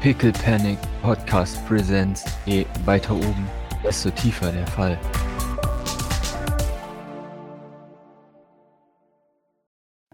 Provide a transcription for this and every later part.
Pickle Panic Podcast Presents. Je weiter oben, desto tiefer der Fall.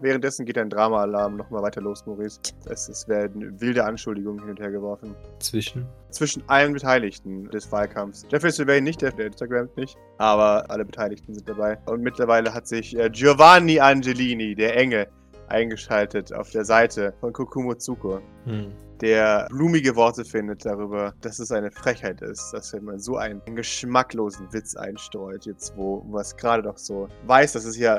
Währenddessen geht ein Drama-Alarm nochmal weiter los, Maurice. Es, es werden wilde Anschuldigungen hin und her geworfen. Zwischen. Zwischen allen Beteiligten des Wahlkampfs. Jeffrey Sylvain nicht, der der Instagram nicht, aber alle Beteiligten sind dabei. Und mittlerweile hat sich äh, Giovanni Angelini, der Enge, eingeschaltet auf der Seite von Kokumo Tsuko, Hm. der blumige Worte findet darüber, dass es eine Frechheit ist, dass wenn man so einen geschmacklosen Witz einstreut, jetzt wo man es gerade doch so weiß, dass es ja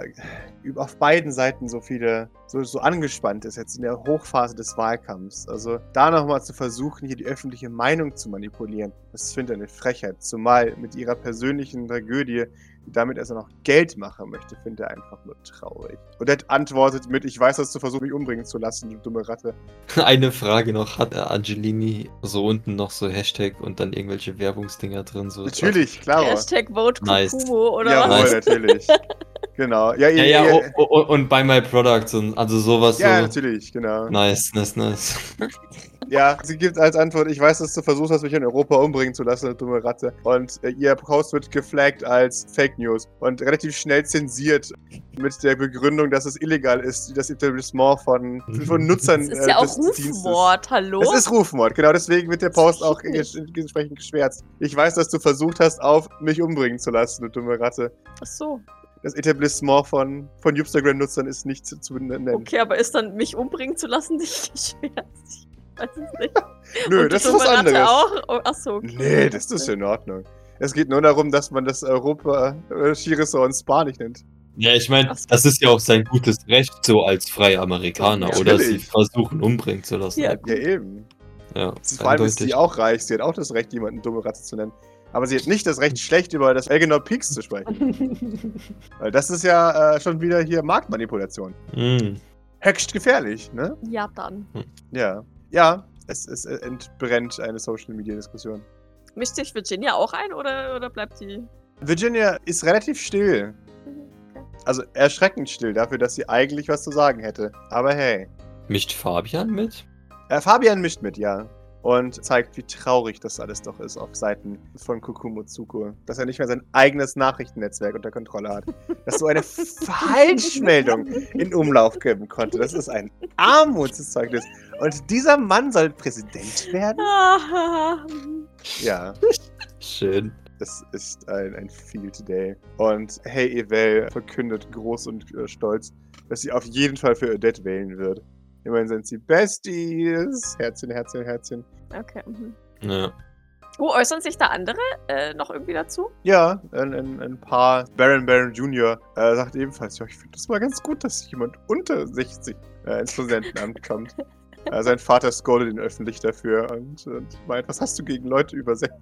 üb- auf beiden Seiten so viele, so, so angespannt ist, jetzt in der Hochphase des Wahlkampfs. Also da nochmal zu versuchen, hier die öffentliche Meinung zu manipulieren, das finde ich eine Frechheit. Zumal mit ihrer persönlichen Tragödie, die damit erst noch Geld machen möchte, finde ich einfach nur traurig. Odette antwortet mit, ich weiß, dass du versuchst, mich umbringen zu lassen, du dumme Ratte. Eine Frage noch, hat er Angelini so unten noch so Hashtag und dann irgendwelche Werbungsdinger drin? So Natürlich, klar. Hashtag Vote Nice. Kukumo oder Jawohl, was? Nice. natürlich. genau. Ja, Ja, ihr- ja, ihr- oh, oh, oh, und bei My Products und also sowas. ja, so. natürlich, genau. Nice, nice, nice. Ja, sie gibt als Antwort, ich weiß, dass du versuchst, hast, mich in Europa umbringen zu lassen, du dumme Ratte. Und äh, ihr Post wird geflaggt als Fake News und relativ schnell zensiert mit der Begründung, dass es illegal ist, das Etablissement von, Mhm. von Nutzern Das ist äh, ja auch des Dienstes- Rufmord, hallo? Es ist Rufmord, genau deswegen wird der Das Post geht auch nicht. ges- entsprechend geschwärzt. Ich weiß, dass du versucht hast, auf mich umbringen zu lassen, du dumme Ratte. Ach so. Das Etablissement von, von Instagram-Nutzern ist nicht zu, zu nennen. Okay, aber ist dann mich umbringen zu lassen nicht geschwert? Ich weiß es nicht. Nö, Und das die ist was Tomate anderes. Auch? Oh, achso. Okay. Nee, das ist in Ordnung. Es geht nur darum, dass man das Europa äh, Skiresort und Spa nicht nennt. Ja, ich meine, Ach so. das ist ja auch sein gutes Recht, so als freier Amerikaner, oder? Sie Natürlich. versuchen umbringen zu lassen. Ja, Ja, eben. ja Sie- Vor allem ist eindeutig. sie auch reich. Sie hat auch das Recht, jemanden dumme Ratze zu nennen. Aber sie hat nicht das Recht, schlecht über das Elgenor Peaks zu sprechen. Weil das ist ja äh, schon wieder hier Marktmanipulation. Mm. Höchst gefährlich, ne? Ja, dann. Ja. Ja, es, es äh, entbrennt eine Social-Media-Diskussion. Mischt sich Virginia auch ein oder, oder bleibt die? Virginia ist relativ still. Also erschreckend still dafür, dass sie eigentlich was zu sagen hätte. Aber hey. Mischt Fabian mit? Äh, Fabian mischt mit, ja. Und zeigt, wie traurig das alles doch ist auf Seiten von Kukumotsuko. Dass er nicht mehr sein eigenes Nachrichtennetzwerk unter Kontrolle hat. Dass so eine Falschmeldung in Umlauf geben konnte. Das ist ein Armutszeugnis. Und dieser Mann soll Präsident werden? Ah, Ja, Schön. das ist ein, ein Field Day. Und Hey Evel verkündet groß und äh, stolz, dass sie auf jeden Fall für Odette wählen wird. Immerhin sind sie Besties. Herzchen, Herzchen, Herzchen. okay. mhm. Ja. Oh, äußern sich da andere äh, noch irgendwie dazu? Ja, ein, ein, ein paar. Baron Baron Jr. Äh, sagt ebenfalls, ja, ich finde das mal ganz gut, dass jemand unter 60 äh, ins Präsidentenamt kommt. Äh, sein Vater scoldet ihn öffentlich dafür und, und meint, was hast du gegen Leute über 60?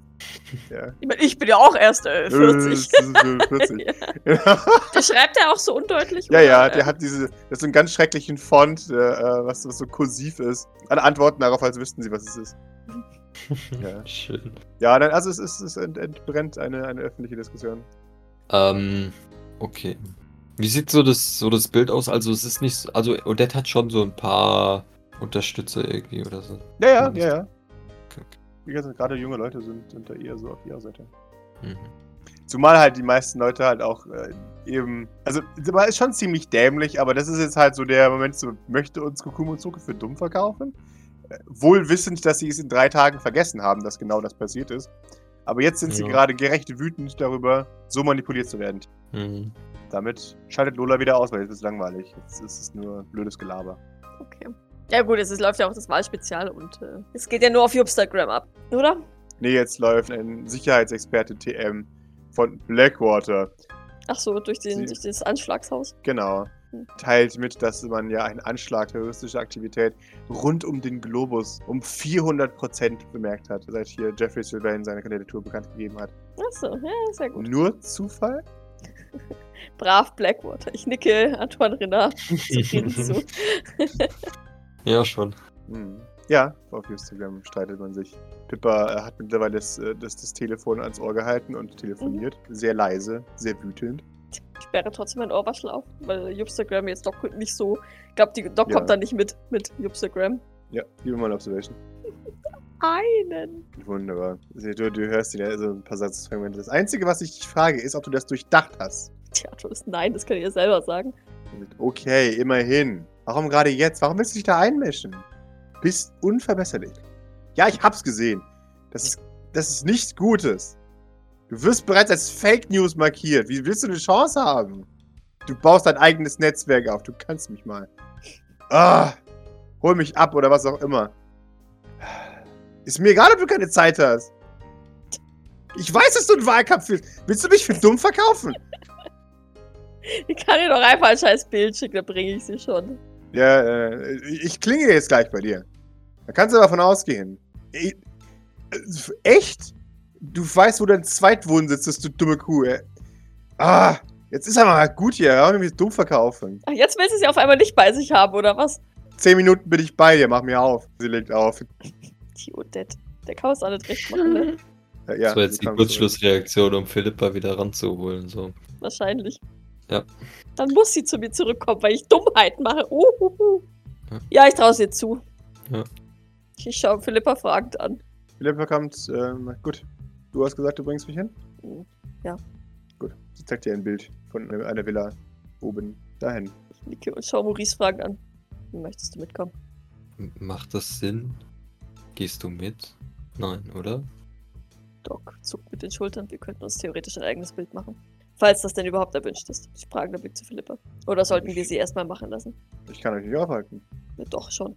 Ja. Ich meine, ich bin ja auch erst äh, 40. Äh, 40. Ja. Der schreibt ja auch so undeutlich. ja, oder? ja, Ähm, der hat diese, das ist so einen ganz schrecklichen Font, äh, äh, was, was so kursiv ist. Alle antworten darauf, als wüssten sie, was es ist. Ja. Schön. Ja, dann, also es, ist, es ent, entbrennt eine, eine öffentliche Diskussion. Ähm, okay. Wie sieht so das, so das Bild aus? Also es ist nicht, so- also Odette hat schon so ein paar Unterstützer irgendwie oder so. Ja, ja, Mhm. ja, ja. Okay, okay. Wie gesagt, gerade junge Leute sind, sind da eher so auf ihrer Seite. Mhm. Zumal halt die meisten Leute halt auch äh, eben. Also, man ist schon ziemlich dämlich, aber das ist jetzt halt so der Moment, so, möchte uns Kukumotsuke für dumm verkaufen? Äh, wohl wissend, dass sie es in drei Tagen vergessen haben, dass genau das passiert ist. Aber jetzt sind sie Ja. gerade gerecht wütend darüber, so manipuliert zu werden. Mhm. Damit schaltet Lola wieder aus, weil jetzt ist langweilig. Jetzt ist es nur blödes Gelaber. Okay. Ja gut, es ist, läuft ja auch das Wahlspezial und äh, es geht ja nur auf Instagram ab, oder? Nee, jetzt läuft ein Sicherheitsexperte TM von Blackwater Ach so, durch, den, Sie- durch das Anschlagshaus. Genau. Hm. Teilt mit, dass man ja einen Anschlag terroristischer Aktivität rund um den Globus um 400 Prozent bemerkt hat, seit hier Jeffrey Sylvain seine Kandidatur bekannt gegeben hat. Ach so, ja, sehr gut. Nur Zufall? Brav Blackwater. Ich nicke Antoine Renard zufrieden zu. Ja, schon. Hm. Ja, auf Instagram streitet man sich. Pippa äh, hat mittlerweile das, äh, das, das Telefon ans Ohr gehalten und telefoniert. Sehr leise, sehr wütend. Ich sperre trotzdem mein Ohrwaschel auf, weil Instagram jetzt Doc nicht so. Ich glaube, die Doc Ja. kommt da nicht mit mit Instagram. Ja, liebe Mal Observation. einen. Wunderbar. Du, du hörst dir so ein paar Satzfragmente. Das Einzige, was ich frage, ist, ob du das durchdacht hast. Tja, du bist nein, das kann ich dir selber sagen. Okay, immerhin. Warum gerade jetzt? Warum willst du dich da einmischen? Bist unverbesserlich. Ja, ich hab's gesehen. Das ist, das ist nichts Gutes. Du wirst bereits als Fake News markiert. Wie willst du eine Chance haben? Du baust dein eigenes Netzwerk auf. Du kannst mich mal. Ah, hol mich ab oder was auch immer. Ist mir egal, ob du keine Zeit hast. Ich weiß, dass du einen Wahlkampf willst. Willst du mich für dumm verkaufen? Ich kann dir doch einfach ein scheiß Bild schicken, da bringe ich sie schon. Ja, äh, ich klinge jetzt gleich bei dir. Da kannst du davon ausgehen. Ich, äh, echt? Du weißt, wo dein Zweitwohnsitz ist, du dumme Kuh. Ey. Ah, jetzt ist aber mal gut hier. Hör mich dumm verkaufen. Ach, jetzt willst du sie auf einmal nicht bei sich haben, oder was? Zehn Minuten bin ich bei dir. Mach mir auf. Sie legt auf. Die Odette. Der kann es auch nicht recht machen, ne? Äh, Ja, Das war jetzt sie die kam Kurzschlussreaktion, um Philippa wieder ranzuholen. So. Wahrscheinlich. Ja. Dann muss sie zu mir zurückkommen, weil ich Dummheiten mache. Uhuhu. Ja. Ja, ich traue ihr zu. Ja. Ich schaue Philippa fragend an. zurück. Philippa kommt. Ähm, gut. Du hast gesagt, du bringst mich hin? Ja. Gut. Sie zeigt dir ein Bild von einer Villa oben dahin. Ich nicke und schaue Maurice fragend an. Möchtest du mitkommen? M- Macht das Sinn? Gehst du mit? Nein, oder? Doc zuckt mit den Schultern. Wir könnten uns theoretisch ein eigenes Bild machen. Falls das denn überhaupt erwünscht ist. Ich frage den Blick zu Philippa. Oder sollten wir sie erstmal machen lassen? Ich kann euch nicht aufhalten. Ja, Doch schon.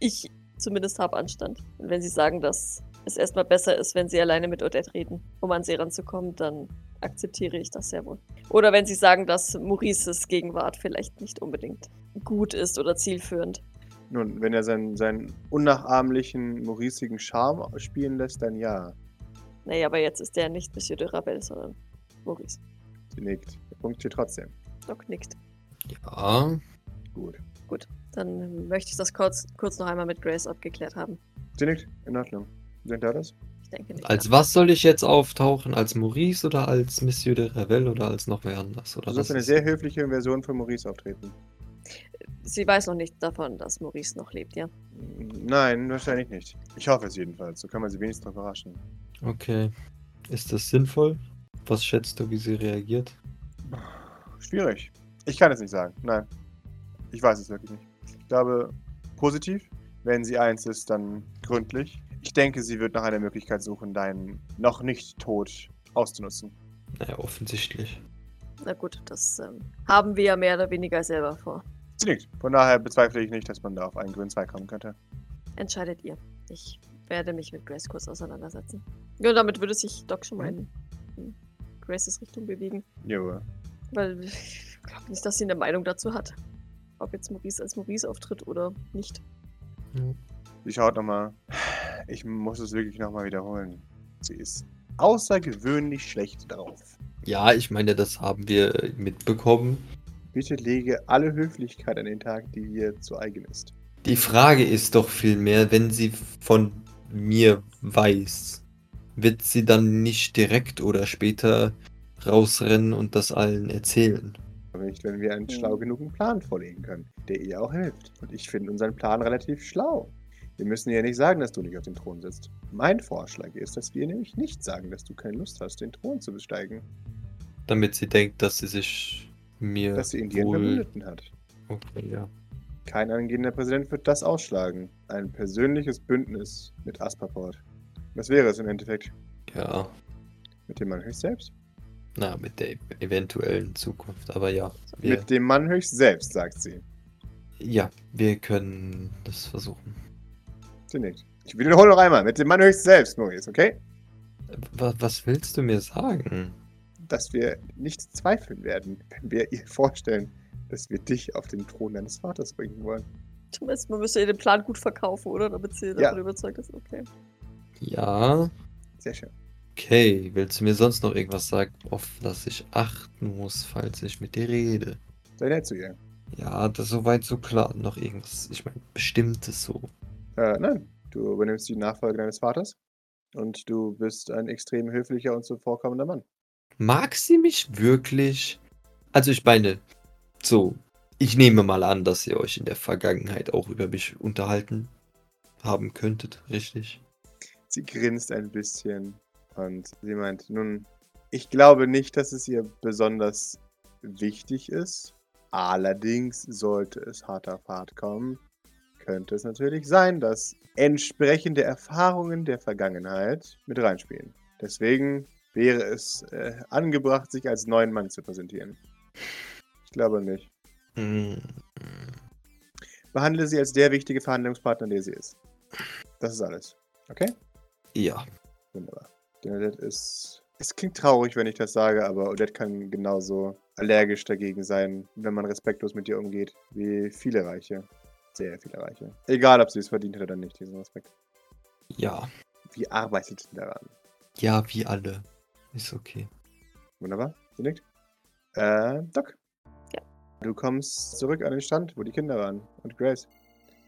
Ich zumindest habe Anstand. Und wenn sie sagen, dass es erstmal besser ist, wenn sie alleine mit Odette reden, um an sie ranzukommen, dann akzeptiere ich das sehr wohl. Oder wenn sie sagen, dass Maurices Gegenwart vielleicht nicht unbedingt gut ist oder zielführend. Nun, wenn er seinen, seinen unnachahmlichen, maurizigen Charme spielen lässt, dann ja. Naja, aber jetzt ist der nicht Monsieur de Rabel, sondern Maurice. Sie nickt. Der Punkt hier trotzdem. Doc nickt. Ja. Gut. Dann möchte ich das kurz, kurz noch einmal mit Grace abgeklärt haben. Sie nickt. In Ordnung. Sind da das? Ich denke nicht. Als was soll ich jetzt auftauchen? Als Maurice oder als Monsieur de Ravel oder als noch wer anders? Oder Du sollst was eine ist- sehr höfliche Version von Maurice auftreten. Sie weiß noch nicht davon, dass Maurice noch lebt, ja. Nein, wahrscheinlich nicht. Ich hoffe es jedenfalls. So kann man sie wenigstens noch überraschen. Okay. Ist das sinnvoll? Was schätzt du, wie sie reagiert? Schwierig. Ich kann es nicht sagen. Nein. Ich weiß es wirklich nicht. Ich glaube, positiv. Wenn sie eins ist, dann gründlich. Ich denke, sie wird nach einer Möglichkeit suchen, deinen noch nicht Tod auszunutzen. Naja, offensichtlich. Na gut, das ähm, haben wir ja mehr oder weniger selber vor. Sie nickt. Von daher bezweifle ich nicht, dass man da auf einen grünen Zweig kommen könnte. Entscheidet ihr. Ich werde mich mit Grace kurz auseinandersetzen. Ja, damit würde sich Doc schon mal in in Graces Richtung bewegen, Jo. weil ich glaube nicht, dass sie eine Meinung dazu hat. Ob jetzt Maurice als Maurice auftritt oder nicht. Sie schaut nochmal. Ich muss es wirklich nochmal wiederholen. Sie ist außergewöhnlich schlecht drauf. Ja, ich meine, das haben wir äh, mitbekommen. Bitte lege alle Höflichkeit an den Tag, die dir zu eigen ist. Die Frage ist doch vielmehr, wenn sie von mir weiß, wird sie dann nicht direkt oder später rausrennen und das allen erzählen. Aber nicht, wenn wir einen schlau genugen Plan vorlegen können, der ihr auch hilft. Und ich finde unseren Plan relativ schlau. Wir müssen ihr nicht sagen, dass du nicht auf dem Thron sitzt. Mein Vorschlag ist, dass wir ihr nämlich nicht sagen, dass du keine Lust hast, den Thron zu besteigen, Damit sie denkt, dass sie sich mir. dass sie Indien wohl... Verbündeten hat. Okay, ja. Kein angehender Präsident wird das ausschlagen. Ein persönliches Bündnis mit Aspaport. Was wäre es im Endeffekt? Ja. Mit dem Mann höchst selbst? Na, mit der eventuellen Zukunft. Aber ja. Wir, Mit dem Mann höchst selbst, sagt sie. ja, wir können das versuchen. Sie nickt. Ich wiederhole noch einmal. Mit dem Mann höchst selbst, Maurice, okay? Wa- was willst du mir sagen? dass wir nicht zweifeln werden, wenn wir ihr vorstellen, dass wir dich auf den Thron deines Vaters bringen wollen. Zumindest man müsste ihr den Plan gut verkaufen, oder? Damit sie davon überzeugt ist. Okay. Ja. Sehr schön. Okay, willst du mir sonst noch irgendwas sagen, auf das ich achten muss, falls ich mit dir rede? Sei nett zu ihr. Ja, das ist soweit so klar. Noch irgendwas, ich meine, bestimmtes so. Äh, nein, du übernimmst die Nachfolge deines Vaters und du bist ein extrem höflicher und zuvorkommender Mann. Mag sie mich wirklich? Also ich meine, so, ich nehme mal an, dass ihr euch in der Vergangenheit auch über mich unterhalten haben könntet, richtig? Sie grinst ein bisschen und sie meint, nun, ich glaube nicht, dass es ihr besonders wichtig ist. Allerdings sollte es hart auf hart kommen, könnte es natürlich sein, dass entsprechende Erfahrungen der Vergangenheit mit reinspielen. Deswegen wäre es äh, angebracht, sich als neuen Mann zu präsentieren. Ich glaube nicht. Hm. Behandle sie als der wichtige Verhandlungspartner, der sie ist. Das ist alles. Okay? Ja. Wunderbar. Die Odette ist. Es klingt traurig, wenn ich das sage, aber Odette kann genauso allergisch dagegen sein, wenn man respektlos mit ihr umgeht, wie viele Reiche. Sehr viele Reiche. Egal, ob sie es verdient hat oder nicht, diesen Respekt. Ja. Wie arbeitet denn daran? Ja, wie alle. Ist okay. Wunderbar. Sie nickt. Äh, Doc. Ja. Du kommst zurück an den Stand, wo die Kinder waren. Und Grace.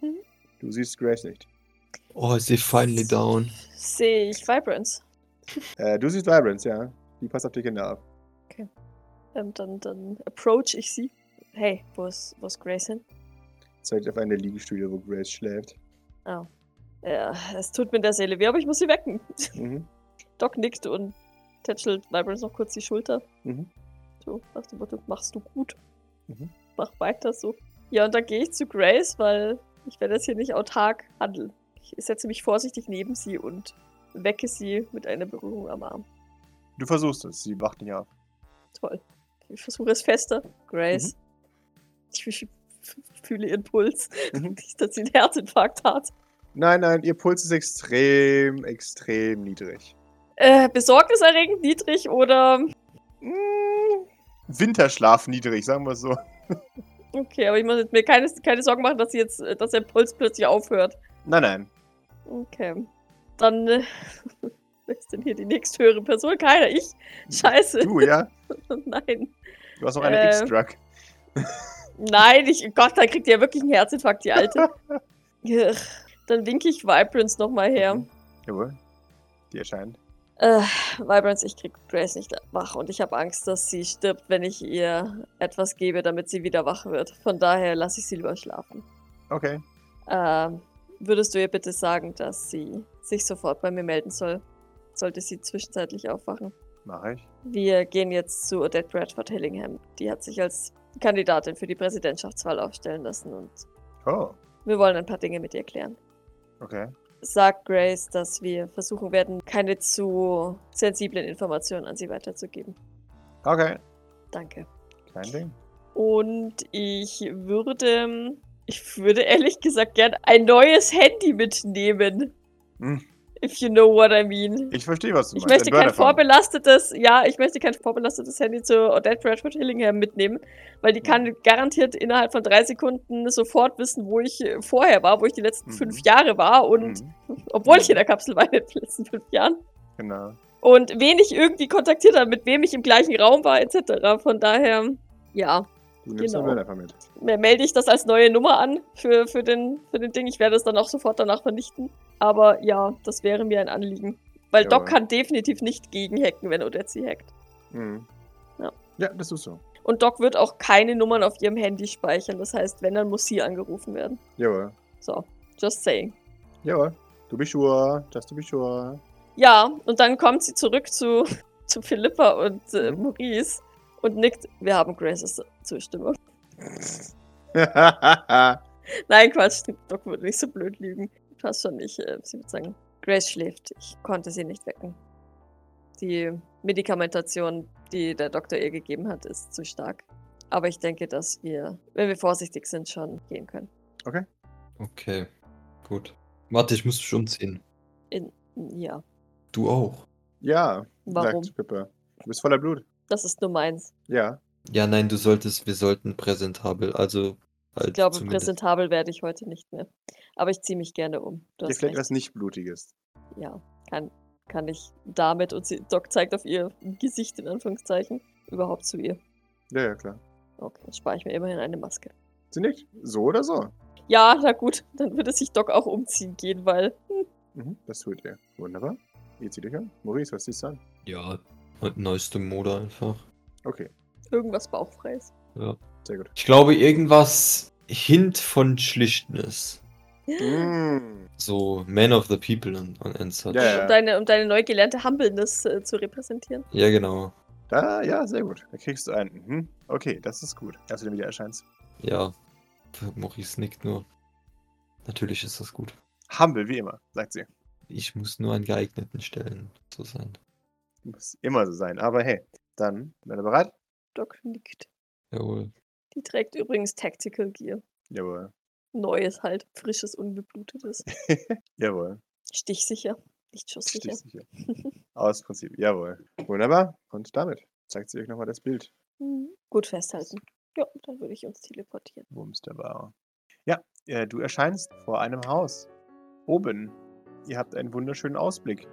Mhm. Du siehst Grace nicht. Oh, sie finally down. Sehe ich Vibrance. Äh, du siehst Vibrance, ja. Die passt auf die Kinder auf. Ähm, dann, dann approach ich sie. Hey, wo ist, wo ist Grace hin? Zeigt auf eine Liegestühle, wo Grace schläft. Oh. Ja, es tut mir in der Seele weh, aber ich muss sie wecken. Mhm. Doc nickt und tätschelt Vibrance noch kurz die Schulter. Mhm. So, nach dem Motto, machst du gut. Mhm. Mach weiter so. Ja, und dann gehe ich zu Grace, weil ich werde jetzt hier nicht autark handeln. Ich setze mich vorsichtig neben sie und wecke sie mit einer Berührung am Arm. Du versuchst es, sie wacht nicht auf. Toll. Ich versuche es fester. Grace. Ich f- f- fühle ihren Puls. Mhm. Nicht, dass sie einen Herzinfarkt hat. Nein, nein, ihr Puls ist extrem, extrem niedrig. Äh, besorgniserregend niedrig oder. Hm. Mm, Winterschlaf niedrig, sagen wir es so. Okay, aber ich muss jetzt mir keine, keine Sorgen machen, dass sie jetzt, äh, dass der Puls plötzlich aufhört. Nein, nein. Okay. Dann. Äh, wer ist denn hier die nächsthöhere Person? Keiner, ich. Scheiße. Du, ja? Nein. Du hast noch eine Äh. X-Drug. Nein, ich. Gott, da kriegt ihr ja wirklich einen Herzinfarkt, die Alte. Ugh. Dann winke ich Vibrance nochmal her. Mhm. Jawohl. Die erscheint. Äh, Vibrance, ich krieg Grace nicht wach und ich habe Angst, dass sie stirbt, wenn ich ihr etwas gebe, damit sie wieder wach wird. Von daher lasse ich sie lieber schlafen. Okay. Ähm, würdest du ihr bitte sagen, dass sie sich sofort bei mir melden soll? Sollte sie zwischenzeitlich aufwachen. Mach ich. Wir gehen jetzt zu Odette Bradford Hillingham. Die hat sich als Kandidatin für die Präsidentschaftswahl aufstellen lassen und Oh, wir wollen ein paar Dinge mit ihr klären. okay. Sagt Grace, dass wir versuchen werden, keine zu sensiblen Informationen an sie weiterzugeben. Okay. Danke. Kein Ding. Und ich würde, ich würde ehrlich gesagt gern ein neues Handy mitnehmen. Hm. If you know what I mean. Ich, Ich verstehe, was du meinst. möchte Ein kein Burner-Phone. vorbelastetes, ja, ich möchte kein vorbelastetes Handy zu Odette Bradford Hillingham mitnehmen, weil die kann garantiert innerhalb von drei Sekunden sofort wissen, wo ich äh, vorher war, wo ich die letzten Mhm. fünf Jahre war und Mhm, obwohl ich Mhm. in der Kapsel war in den letzten fünf Jahren Genau. und wen ich irgendwie kontaktiert habe, mit wem ich im gleichen Raum war, etc. Von daher, ja. Du nimmst Genau. den Burner mit. Mer- melde ich das als neue Nummer an für, für, den, für den Ding. Ich werde es dann auch sofort danach vernichten. Aber ja, das wäre mir ein Anliegen. Weil Doc Jawohl. kann definitiv nicht gegen hacken, wenn Odette sie hackt. Mhm. Ja. ja, das ist so. Und Doc wird auch keine Nummern auf ihrem Handy speichern. Das heißt, wenn, dann muss sie angerufen werden. Jawohl. So, just saying. Jawohl. Du bist sure. Just to be sure. Ja, und dann kommt sie zurück zu, zu Philippa und äh, Mhm. Maurice und nickt, wir haben Graces Zustimmung. Nein, Quatsch, Doc würde nicht so blöd lügen. Passt schon nicht. äh, Sie würde sagen, Grace schläft. Ich konnte sie nicht wecken. Die Medikamentation, die der Doktor ihr gegeben hat, ist zu stark. Aber ich denke, dass wir, wenn wir vorsichtig sind, schon gehen können. Okay. Gut. Warte, ich muss mich umziehen. Ja, Du auch. ja, warum? sagt Pippe. Du bist voller Blut. Das ist nur meins. Ja. Ja, nein, du solltest, wir sollten präsentabel, also halt Ich glaube, zumindest- präsentabel werde ich heute nicht mehr. Aber ich ziehe mich gerne um. Du Dir hast vielleicht recht. was nicht Blutiges. Ja, kann, kann ich damit, und sie, Doc zeigt auf ihr Gesicht in Anführungszeichen, überhaupt zu ihr. Ja, ja, klar. Okay, dann spare ich mir immerhin eine Maske. Sie nickt. So oder so. Ja, na gut, dann würde sich Doc auch umziehen gehen, weil. Mhm, das tut ihr. Wunderbar. Ihr zieht euch an. Maurice, was siehst du an? Ja. Und neueste Mode einfach. Okay, Irgendwas bauchfreies. sehr gut. Ich glaube, irgendwas Hint von Schlichtnis. Mm. So Man of the People und, und, and such. Ja, ja. Um, deine, um deine neu gelernte Humbleness äh, zu repräsentieren. ja genau. Ah, ja, sehr gut. Da kriegst du einen. Mhm. Okay, das ist gut, dass du dann wieder erscheinst. Ja. Maurice nickt nur. Natürlich ist das gut. Humble, wie immer, sagt sie. Ich muss nur an geeigneten Stellen so sein. Muss immer so sein. Aber hey, dann, wenn ihr bereit? Doc nickt. Jawohl. Die trägt übrigens Tactical Gear. Jawohl. Neues halt, frisches, unbeblutetes. Jawohl. Stichsicher, nicht schusssicher. Stichsicher. Aus Prinzip. Jawohl. Wunderbar. Und damit zeigt sie euch nochmal das Bild. Mhm. Gut festhalten. Ja, dann würde ich uns teleportieren. Wumsterbar. Ja, äh, du erscheinst vor einem Haus. Oben. Ihr habt einen wunderschönen Ausblick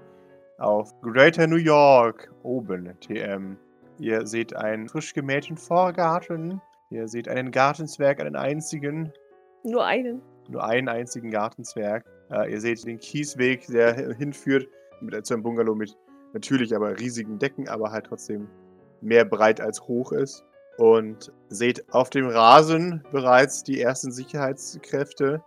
auf Greater New York. Oben, TM. Ihr seht einen frisch gemähten Vorgarten. Ihr seht einen Gartenzwerg, einen einzigen. Nur einen. Nur einen einzigen Gartenzwerg. Äh, ihr seht den Kiesweg, der hinführt mit, äh, zu einem Bungalow mit natürlich aber riesigen Decken, aber halt trotzdem mehr breit als hoch ist. Und seht auf dem Rasen bereits die ersten Sicherheitskräfte,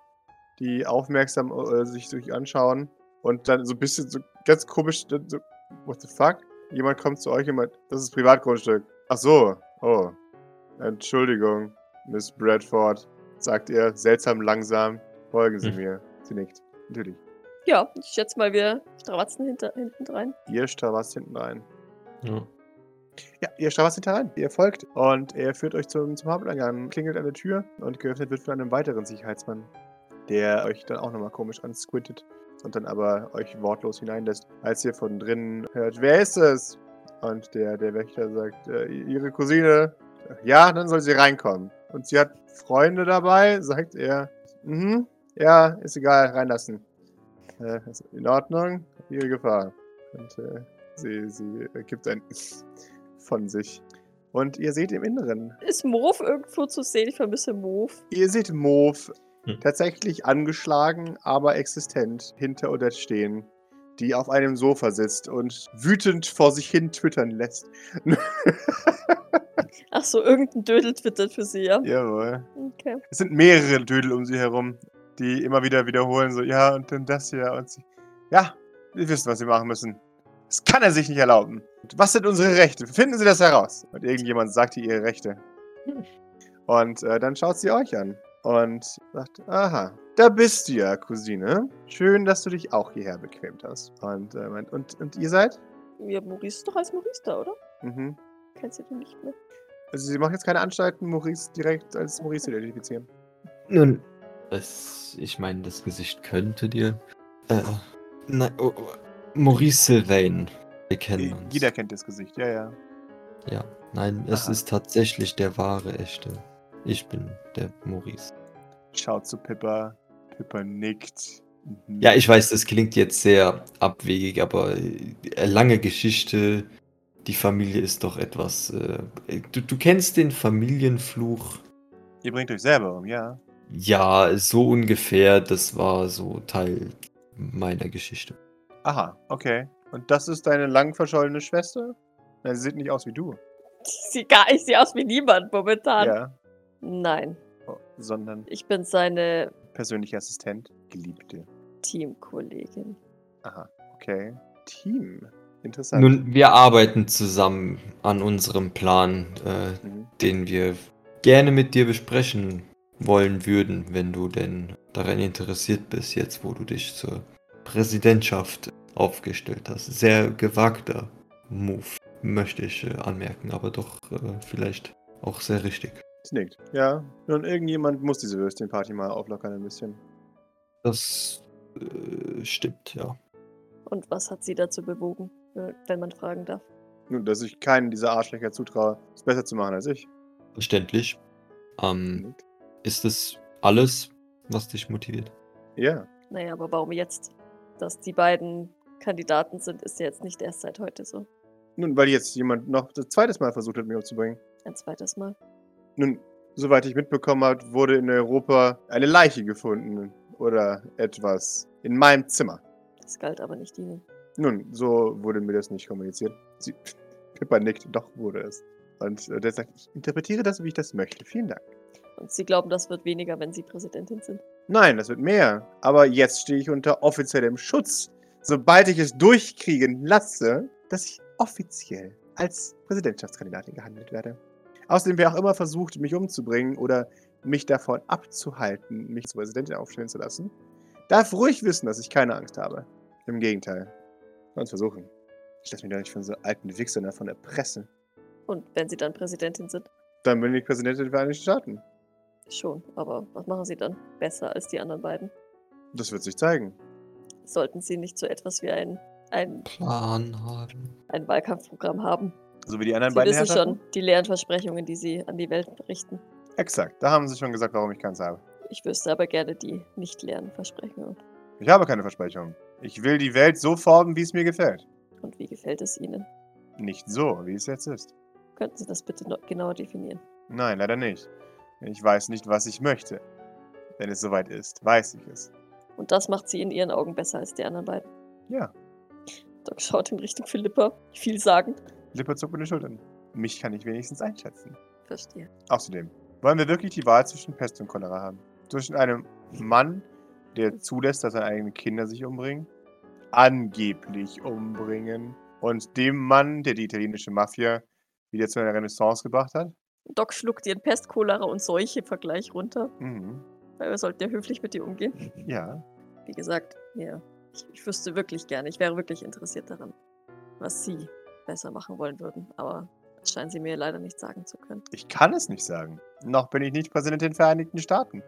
die aufmerksam äh, sich durch anschauen und dann so ein bisschen so ganz komisch, dann so, what the fuck? Jemand kommt zu euch und meint, das ist Privatgrundstück. Ach so, oh. Entschuldigung, Miss Bradford, sagt ihr seltsam langsam. Folgen Sie Hm. mir. Sie nickt. Natürlich. Ja, ich schätze mal, wir strawatzen hinter, hinten rein. Ihr strahlt hinten rein. Ja. Ja, ihr strahlt hinten rein. Ihr folgt und er führt euch zum, zum Haupteingang, klingelt an der Tür und geöffnet wird von einem weiteren Sicherheitsmann, der euch dann auch nochmal komisch ansquittet und dann aber euch wortlos hineinlässt, als ihr von drinnen hört, wer ist es? Und der, der Wächter sagt, äh, ihre Cousine. Ja, dann soll sie reinkommen. Und sie hat Freunde dabei, sagt er. Mhm, ja, ist egal, reinlassen. Äh, ist in Ordnung, ihre Gefahr. Und äh, sie, sie gibt ein von sich. Und ihr seht im Inneren, Ist Moof irgendwo zu sehen? Ich vermisse Moof. ihr seht Mof Hm. tatsächlich angeschlagen, aber existent hinter Odette stehen, die auf einem Sofa sitzt und wütend vor sich hin twittern lässt. Ach so, irgendein Dödel twittert für sie, ja? Jawohl. Okay. Es sind mehrere Dödel um sie herum, die immer wieder wiederholen, so, ja, und dann das hier. Und sie, ja, wir wissen, was wir machen müssen. Das kann er sich nicht erlauben. Und was sind unsere Rechte? Finden Sie das heraus. Und irgendjemand sagt ihr ihre Rechte. Hm. Und äh, dann schaut sie euch an und sagt, aha, da bist du ja, Cousine. Schön, dass du dich auch hierher bequemt hast. Und, äh, meint, und, und ihr seid? Ja, Maurice ist doch als Maurice da, oder? Mhm. Kennst du den nicht mehr? Also sie macht jetzt keine Anstalten, Maurice direkt als Maurice zu identifizieren. Nun. Das, ich meine, das Gesicht könnte dir. Äh, nein, oh, oh, Maurice Sylvain. Wir kennen uns. Jeder kennt das Gesicht, ja, ja. Ja, nein, es Aha. ist tatsächlich der wahre Echte. Ich bin der Maurice. schaut zu Pippa. Pippa nickt. Mhm. Ja, ich weiß, das klingt jetzt sehr abwegig, aber äh, lange Geschichte. Die Familie ist doch etwas. Äh, du, du kennst den Familienfluch. Ihr bringt euch selber um, ja. Ja, so ungefähr. Das war so Teil meiner Geschichte. Aha, okay. Und das ist deine lang verschollene Schwester? Na, sie sieht nicht aus wie du. Sie gar ich sehe aus wie niemand momentan. Ja. Nein, Oh, sondern ich bin seine persönlicher Assistent, Geliebte. Teamkollegin. Aha, okay. Team. Interessant. Nun, wir arbeiten zusammen an unserem Plan, äh, Mhm. den wir gerne mit dir besprechen wollen würden, wenn du denn daran interessiert bist, jetzt wo du dich zur Präsidentschaft aufgestellt hast. Sehr gewagter Move, möchte ich äh, anmerken, aber doch äh, vielleicht auch sehr richtig. Sie nickt. Ja. Nun, irgendjemand muss diese Würstchenparty mal auflockern ein bisschen. Das äh, stimmt, ja. Und was hat sie dazu bewogen, äh, wenn man fragen darf? Nun, dass ich keinen dieser Arschlöcher zutraue, es besser zu machen als ich. Verständlich. Ähm, Nickt. ist das alles, was dich motiviert? Ja. Naja, aber warum jetzt? Dass die beiden Kandidaten sind, ist ja jetzt nicht erst seit heute so. Nun, weil jetzt jemand noch das zweites Mal versucht hat, mich umzubringen. Ein zweites Mal. Nun, soweit ich mitbekommen habe, wurde in Europa eine Leiche gefunden oder etwas in meinem Zimmer. Das galt aber nicht ihnen. Nun, so wurde mir das nicht kommuniziert. Sie, Pippa nickt, doch wurde es. Und äh, der sagt, ich interpretiere das, wie ich das möchte. Vielen Dank. Und sie glauben, das wird weniger, wenn sie Präsidentin sind. Nein, das wird mehr. Aber jetzt stehe ich unter offiziellem Schutz. Sobald ich es durchkriegen lasse, dass ich offiziell als Präsidentschaftskandidatin gehandelt werde. Außerdem, wer auch immer versucht, mich umzubringen oder mich davon abzuhalten, mich zur Präsidentin aufstellen zu lassen, darf ruhig wissen, dass ich keine Angst habe. Im Gegenteil. Lass uns versuchen. Ich lasse mich doch nicht von so alten Wichsern davon erpressen. Und wenn sie dann Präsidentin sind? Dann bin ich Präsidentin der Vereinigten Staaten. Schon. Aber was machen sie dann besser als die anderen beiden? Das wird sich zeigen. Sollten sie nicht so etwas wie ein, ein, Plan haben. ein Wahlkampfprogramm haben? So wie die anderen Sie beiden wissen Herrschaften? schon die leeren Versprechungen, die sie an die Welt berichten. Exakt. Da haben sie schon gesagt, warum ich keins habe. Ich wüsste aber gerne die nicht leeren Versprechungen. Ich habe keine Versprechungen. Ich will die Welt so formen, wie es mir gefällt. Und wie gefällt es Ihnen? Nicht so, wie es jetzt ist. Könnten Sie das bitte noch genauer definieren? Nein, leider nicht. Ich weiß nicht, was ich möchte. Wenn es soweit ist, weiß ich es. Und das macht sie in ihren Augen besser als die anderen beiden. Ja, Doc schaut in Richtung Philippa, vielsagend. Lippe zuckt mit den Schultern. Mich kann ich wenigstens einschätzen. Verstehe. Außerdem, wollen wir wirklich die Wahl zwischen Pest und Cholera haben? Zwischen einem Mann, der zulässt, dass seine eigenen Kinder sich umbringen, angeblich umbringen, und dem Mann, der die italienische Mafia wieder zu einer Renaissance gebracht hat? Doc schluckt ihren Pest, Cholera und Seuche-Vergleich runter, Mhm. weil wir sollten ja höflich mit ihr umgehen. Ja, Wie gesagt, ja, ich, ich wüsste wirklich gerne, ich wäre wirklich interessiert daran, was Sie besser machen wollen würden, aber das scheinen Sie mir leider nicht sagen zu können. Ich kann es nicht sagen. Noch bin ich nicht Präsidentin der Vereinigten Staaten.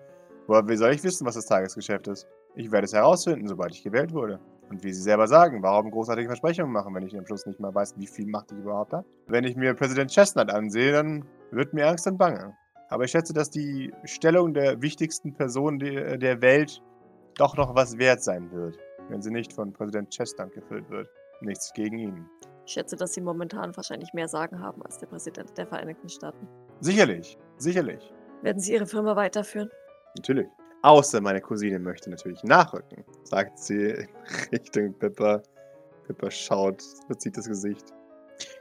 Woher wie soll ich wissen, was das Tagesgeschäft ist? Ich werde es herausfinden, sobald ich gewählt wurde. Und wie Sie selber sagen, warum großartige Versprechungen machen, wenn ich am Schluss nicht mal weiß, wie viel Macht ich überhaupt habe? Wenn ich mir Präsident Chestnut ansehe, dann wird mir Angst und Bange. Aber ich schätze, dass die Stellung der wichtigsten Person de- der Welt doch noch was wert sein wird, wenn sie nicht von Präsident Chestnut gefüllt wird. Nichts gegen ihn. Ich schätze, dass Sie momentan wahrscheinlich mehr Sagen haben als der Präsident der Vereinigten Staaten. Sicherlich, sicherlich. Werden Sie Ihre Firma weiterführen? Natürlich. Außer meine Cousine möchte natürlich nachrücken, sagt sie in Richtung Pepper. Pepper schaut, verzieht das Gesicht.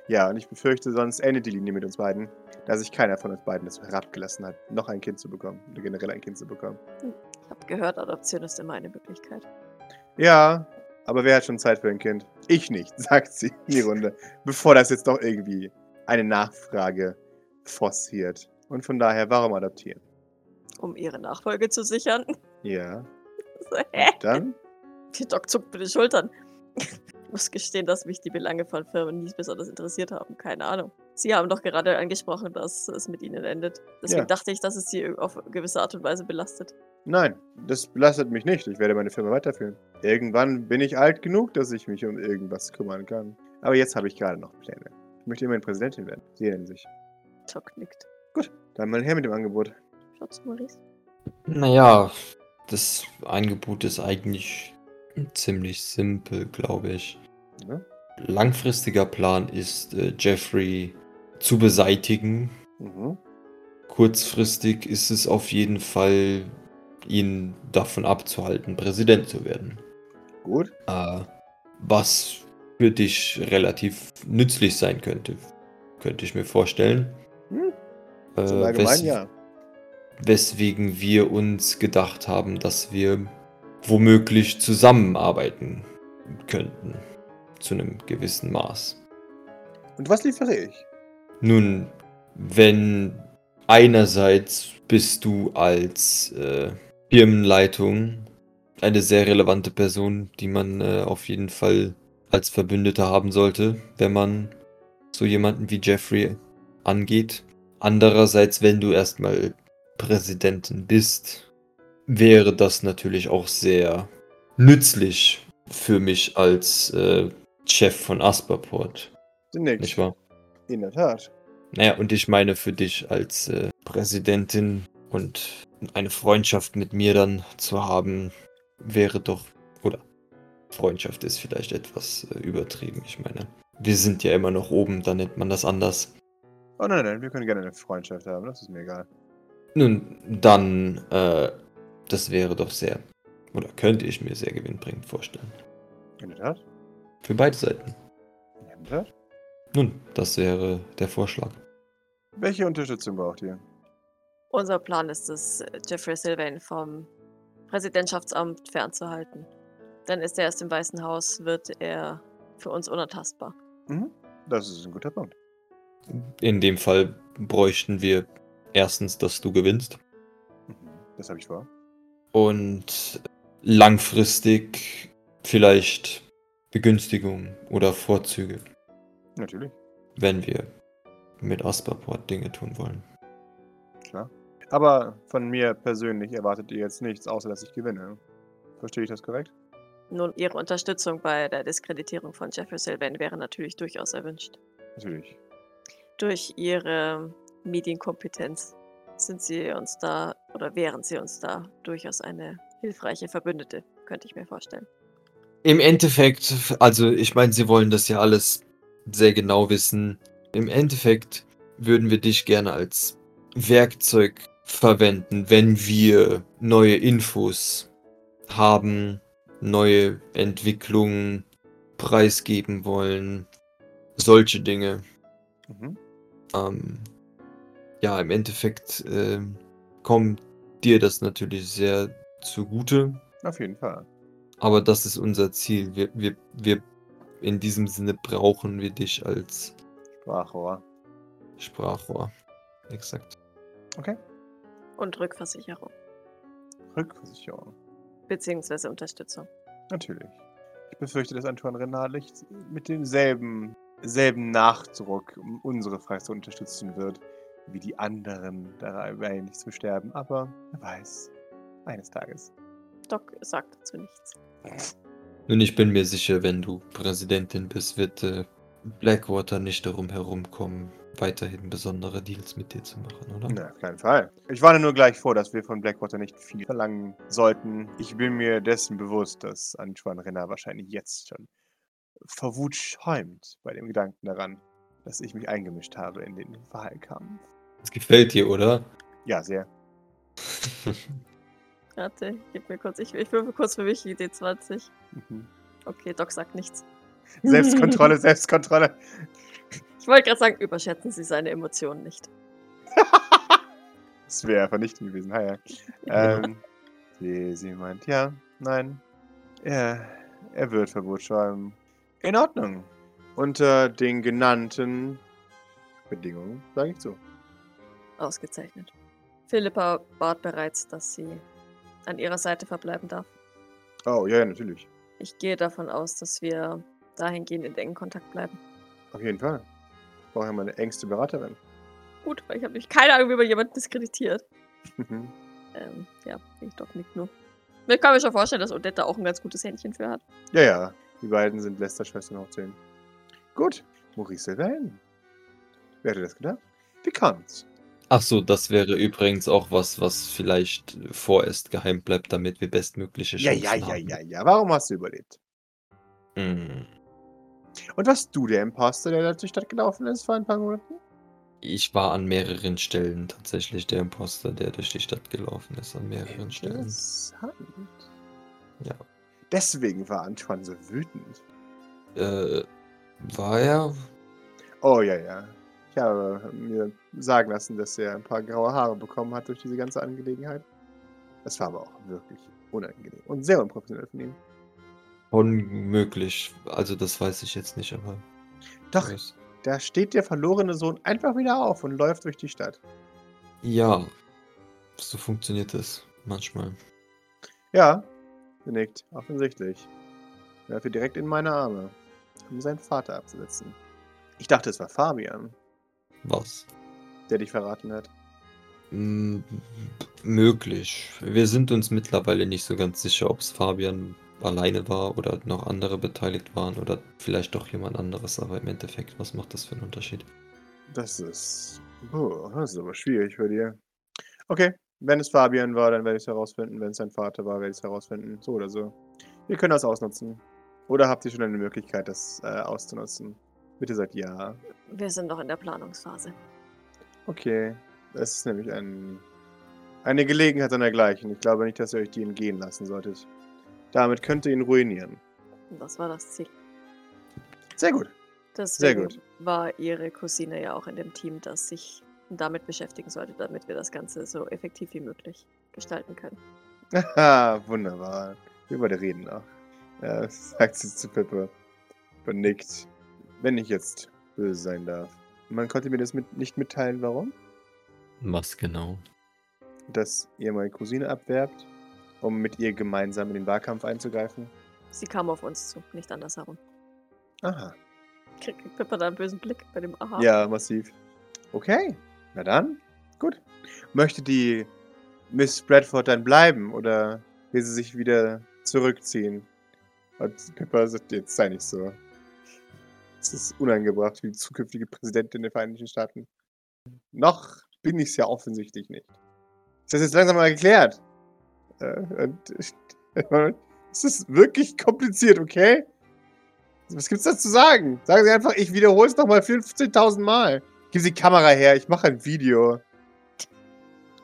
Ja, und ich befürchte, sonst endet die Linie mit uns beiden, da sich keiner von uns beiden dazu herabgelassen hat, noch ein Kind zu bekommen oder generell ein Kind zu bekommen. Ich habe gehört, Adoption ist immer eine Möglichkeit. Ja, aber wer hat schon Zeit für ein Kind? Ich nicht, sagt sie in die Runde, bevor das jetzt doch irgendwie eine Nachfrage forciert. Und von daher, warum adoptieren? Um Ihre Nachfolge zu sichern? Ja, So, hä? dann? Der Doc zuckt mit den Schultern. Ich muss gestehen, dass mich die Belange von Firmen nie besonders interessiert haben. Keine Ahnung. Sie haben doch gerade angesprochen, dass es mit Ihnen endet. Deswegen Ja. dachte ich, dass es Sie auf gewisse Art und Weise belastet. Nein, das belastet mich nicht. Ich werde meine Firma weiterführen. Irgendwann bin ich alt genug, dass ich mich um irgendwas kümmern kann. Aber jetzt habe ich gerade noch Pläne. Ich möchte immerhin Präsidentin werden. Sie erinnern sich. Doc nickt. Dann mal her mit dem Angebot. Schaut zu Maurice. Naja, das Angebot ist eigentlich ziemlich simpel, glaube ich. Ne? Langfristiger Plan ist, äh, Jeffrey zu beseitigen. Mhm. Kurzfristig ist es auf jeden Fall, ihn davon abzuhalten, Präsident zu werden. Gut. Äh, was für dich relativ nützlich sein könnte, könnte ich mir vorstellen. Hm. Äh, Zum Allgemeinen wes- ja. weswegen wir uns gedacht haben, dass wir womöglich zusammenarbeiten könnten. Zu einem gewissen Maß. Und was liefere ich? Nun, wenn einerseits bist du als äh, Firmenleitung eine sehr relevante Person, die man äh, auf jeden Fall als Verbündete haben sollte, wenn man so jemanden wie Jeffrey angeht. Andererseits, wenn du erstmal Präsidentin bist, wäre das natürlich auch sehr nützlich für mich als äh, Chef von Asperport, Sie nickt. nicht wahr? In der Tat. Naja, und ich meine für dich als äh, Präsidentin und eine Freundschaft mit mir dann zu haben, wäre doch, oder Freundschaft ist vielleicht etwas äh, übertrieben. Ich meine, wir sind ja immer noch oben, da nennt man das anders. Oh nein, nein, wir können gerne eine Freundschaft haben. Das ist mir egal. Nun, dann, äh, das wäre doch sehr, oder könnte ich mir sehr gewinnbringend vorstellen. In der Tat. Für beide Seiten. In der Tat. Nun, das wäre der Vorschlag. Welche Unterstützung braucht ihr? Unser Plan ist es, Jeffrey Sylvain vom Präsidentschaftsamt fernzuhalten. Dann ist er erst im Weißen Haus, wird er für uns unantastbar. Mhm. Das ist ein guter Punkt. In dem Fall bräuchten wir erstens, dass du gewinnst Mhm. Das habe ich vor. und langfristig vielleicht Begünstigungen oder Vorzüge, Natürlich. wenn wir mit Asperport Dinge tun wollen. Aber von mir persönlich erwartet ihr jetzt nichts, außer dass ich gewinne. Verstehe ich das korrekt? Nun, ihre Unterstützung bei der Diskreditierung von Jeffrey Sylvain wäre natürlich durchaus erwünscht. Natürlich. Durch ihre Medienkompetenz sind sie uns da oder wären sie uns da durchaus eine hilfreiche Verbündete, könnte ich mir vorstellen. Im Endeffekt, also ich meine, sie wollen das ja alles sehr genau wissen. Im Endeffekt würden wir dich gerne als Werkzeug verwenden, wenn wir neue Infos haben, neue Entwicklungen preisgeben wollen, solche Dinge. Mhm. Ähm, ja, im Endeffekt ähm, kommt dir das natürlich sehr zugute, Auf jeden Fall. aber das ist unser Ziel. Wir, wir, wir in diesem Sinne brauchen wir dich als Sprachrohr. Sprachrohr. Exakt. Und Rückversicherung, Rückversicherung. beziehungsweise Unterstützung. Natürlich. Ich befürchte, dass Antoine Renard nicht mit demselben selben Nachdruck um unsere Frage unterstützen wird, wie die anderen dabei nicht zu sterben. Aber wer weiß, eines Tages. Doc sagt dazu nichts. Nun, ich bin mir sicher, wenn du Präsidentin bist, wird äh, Blackwater nicht darum herumkommen, weiterhin besondere Deals mit dir zu machen, oder? Na, Ne, auf keinen Fall. Ich warne nur gleich vor, dass wir von Blackwater nicht viel verlangen sollten. Ich bin mir dessen bewusst, dass Antoine Renner wahrscheinlich jetzt schon verwut schäumt bei dem Gedanken daran, dass ich mich eingemischt habe in den Wahlkampf. Das gefällt dir, oder? Ja, sehr. Warte, gib mir kurz, ich, ich würfel kurz für mich die D20. Mhm. Okay, Doc sagt nichts. Selbstkontrolle, Selbstkontrolle. Ich wollte gerade sagen, überschätzen Sie seine Emotionen nicht. Das wäre vernichtend gewesen. Ha, ja. ähm, sie, sie meint, ja, nein. Er, er wird Verbot schreiben. In Ordnung. Unter den genannten Bedingungen sage ich zu. Ausgezeichnet. Philippa bat bereits, dass sie an ihrer Seite verbleiben darf. Oh, ja, ja, natürlich. Ich gehe davon aus, dass wir dahingehend in engen Kontakt bleiben. Auf jeden Fall. Ich brauche ja meine engste Beraterin. Gut, weil ich habe nämlich keine Ahnung, wie man jemanden diskreditiert. Mhm. Ähm, ja, ich Doc nickt nur. Mir kann mir schon vorstellen, dass Odette auch ein ganz gutes Händchen für hat. ja, ja. Die beiden sind Lester-Schwestern hoch 10. Gut. Maurice Sylvain. Wer hätte das gedacht? Wie kommt's? Ach so, das wäre übrigens auch was, was vielleicht vorerst geheim bleibt, damit wir bestmögliche Ja, Chancen ja, ja, haben. ja, ja. Warum hast du überlebt? Mm. Und warst du der Imposter, der durch die Stadt gelaufen ist vor ein paar Monaten? Ich war an mehreren Stellen tatsächlich der Imposter, der durch die Stadt gelaufen ist, an mehreren Stellen. Interessant. Ja. Deswegen war Antoine so wütend. Äh, war er? Oh ja, ja. Ich habe mir sagen lassen, dass er ein paar graue Haare bekommen hat durch diese ganze Angelegenheit. Das war aber auch wirklich unangenehm und sehr unprofessionell von ihm. Unmöglich. Also das weiß ich jetzt nicht, aber. Doch, es- da steht der verlorene Sohn einfach wieder auf und läuft durch die Stadt. Ja. So funktioniert es manchmal. Ja, genickt, offensichtlich. Er läuft direkt in meine Arme, um seinen Vater abzusetzen. Ich dachte, es war Fabian, Was? der dich verraten hat. M Hm, möglich. Wir sind uns mittlerweile nicht so ganz sicher, ob es Fabian alleine war oder noch andere beteiligt waren oder vielleicht doch jemand anderes, aber im Endeffekt, was macht das für einen Unterschied? Das ist. Puh, das ist aber schwierig bei dir. Okay, wenn es Fabian war, dann werde ich es herausfinden. Wenn es sein Vater war, werde ich es herausfinden. So oder so. Wir können das ausnutzen. Oder habt ihr schon eine Möglichkeit, das äh, auszunutzen? Bitte sagt ja. Wir sind noch in der Planungsphase. Okay. Es ist nämlich ein, eine Gelegenheit an dergleichen. Ich glaube nicht, dass ihr euch die entgehen lassen solltet. Damit könnt ihr ihn ruinieren. Und das war das Ziel. Sehr gut. Deswegen gut. war ihre Cousine ja auch in dem Team, das sich damit beschäftigen sollte, damit wir das Ganze so effektiv wie möglich gestalten können. Haha, wunderbar. Wir beide reden noch. Äh, sagt sie zu Pippe und nickt. Wenn ich jetzt böse sein darf. Man konnte mir das mit nicht mitteilen, warum? Was genau? Dass ihr meine Cousine abwerbt, um mit ihr gemeinsam in den Wahlkampf einzugreifen? Sie kam auf uns zu, nicht andersherum. Aha. Kriegt kriegt Pippa da einen bösen Blick bei dem Aha. Ja, massiv. Okay, na dann. Gut. Möchte die Miss Bradford dann bleiben oder will sie sich wieder zurückziehen? Und Pippa sagt, jetzt sei nicht so. Es ist unangebracht für die zukünftige Präsidentin der Vereinigten Staaten. Noch bin ich es ja offensichtlich nicht. Ist das jetzt langsam mal geklärt? Äh, und, es ist wirklich kompliziert, okay? Was gibt's da zu sagen? Sagen Sie einfach, ich wiederhole es nochmal 15.000 Mal. Geben Sie die Kamera her, ich mache ein Video.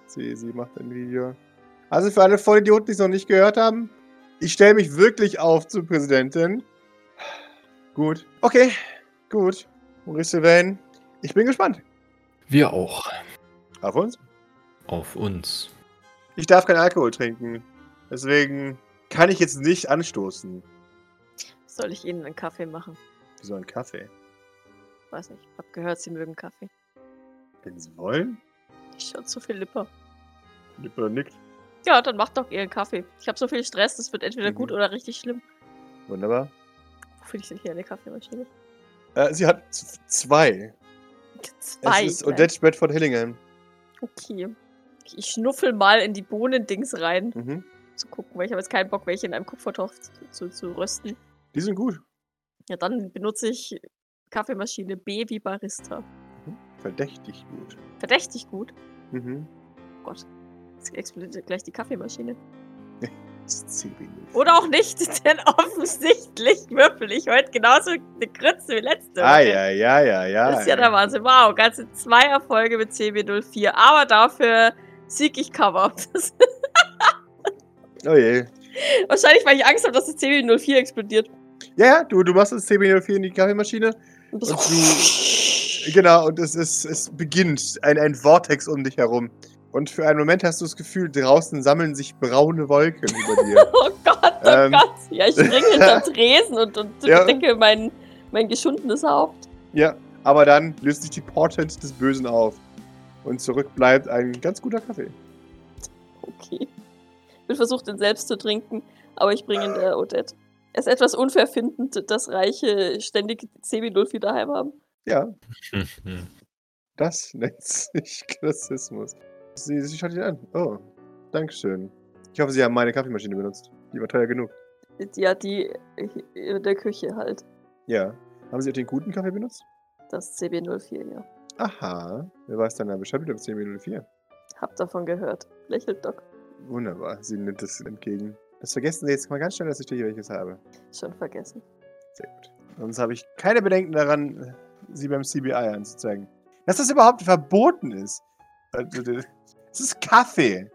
Sie, sie macht ein Video. Also für alle Vollidioten, die es noch nicht gehört haben, ich stelle mich wirklich auf zur Präsidentin. Gut. Okay, gut. Maurice Sylvain, ich bin gespannt. Wir auch. Auf uns. Auf uns. Ich darf keinen Alkohol trinken. Deswegen kann ich jetzt nicht anstoßen. Soll ich Ihnen einen Kaffee machen? Wieso ein Kaffee? Weiß nicht. Hab gehört, Sie mögen Kaffee. Wenn Sie wollen. Ich schau zu viel Lipper. Lippe nickt. Ja, dann macht doch Ihren Kaffee. Ich habe so viel Stress, das wird entweder Mhm. gut oder richtig schlimm. Wunderbar. Wo finde ich denn hier eine Kaffeemaschine? Äh, sie hat z- zwei. Zwei. Es ist gleich. Odette Bradford Hillingham. ne? okay. Ich schnuffel mal in die Bohnendings rein, Mhm. zu gucken, weil ich habe jetzt keinen Bock, welche in einem Kupfertopf zu, zu, zu rösten. Die sind gut. Ja, dann benutze ich Kaffeemaschine B wie Barista. Verdächtig gut. Verdächtig gut. Oh Mhm. Jetzt explodiert gleich die Kaffeemaschine. Das ist ziemlich gut. Oder auch nicht, denn offensichtlich würfel ich heute genauso eine Grütze wie letzte Ah, Woche. ja, ja, ja, Ah, ja. Das ist ja der Wahnsinn. Wow, ganze zwei Erfolge mit CB04, aber dafür sieg ich Cover. Das, Oh je. wahrscheinlich, weil ich Angst habe, dass das CB04 explodiert. Ja, ja, du, du machst das CB04 in die Kaffeemaschine. Und Und das du, genau, und es, es, es beginnt ein, ein Vortex um dich herum. Und für einen Moment hast du das Gefühl, draußen sammeln sich braune Wolken über dir. oh Gott, oh Ähm. Gott. Ja, ich springe hinterm Tresen und, und Ja. decke mein, mein geschundenes Haupt. ja, aber dann löst sich die Portent des Bösen auf. Und zurück bleibt ein ganz guter Kaffee. Okay. Ich bin versucht, ihn selbst zu trinken, aber ich bringe ihn der Odette. Es ist etwas unfair findend, dass Reiche ständig CB04 daheim haben. Ja, Mhm. das nennt sich Klassismus. Sie, sie schaut ihn an. Oh, Dankeschön. Ich hoffe, Sie haben meine Kaffeemaschine benutzt. Die war teuer genug. Ja, die äh, in der Küche halt. Ja. Haben Sie auch den guten Kaffee benutzt? Das CB04, ja. Aha. Wer weiß dann da Bescheid mit dem 10.04? Hab davon gehört. Lächelt Doc. Wunderbar, sie nimmt es entgegen. Das vergessen Sie jetzt mal ganz schnell, dass ich dir hier welches habe. Schon vergessen. Sehr gut. Sonst habe ich keine Bedenken daran, sie beim CBI anzuzeigen. Dass das überhaupt verboten ist. Also, das- Es ist Kaffee,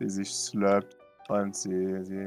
die sich slurpt. Und sie, sie,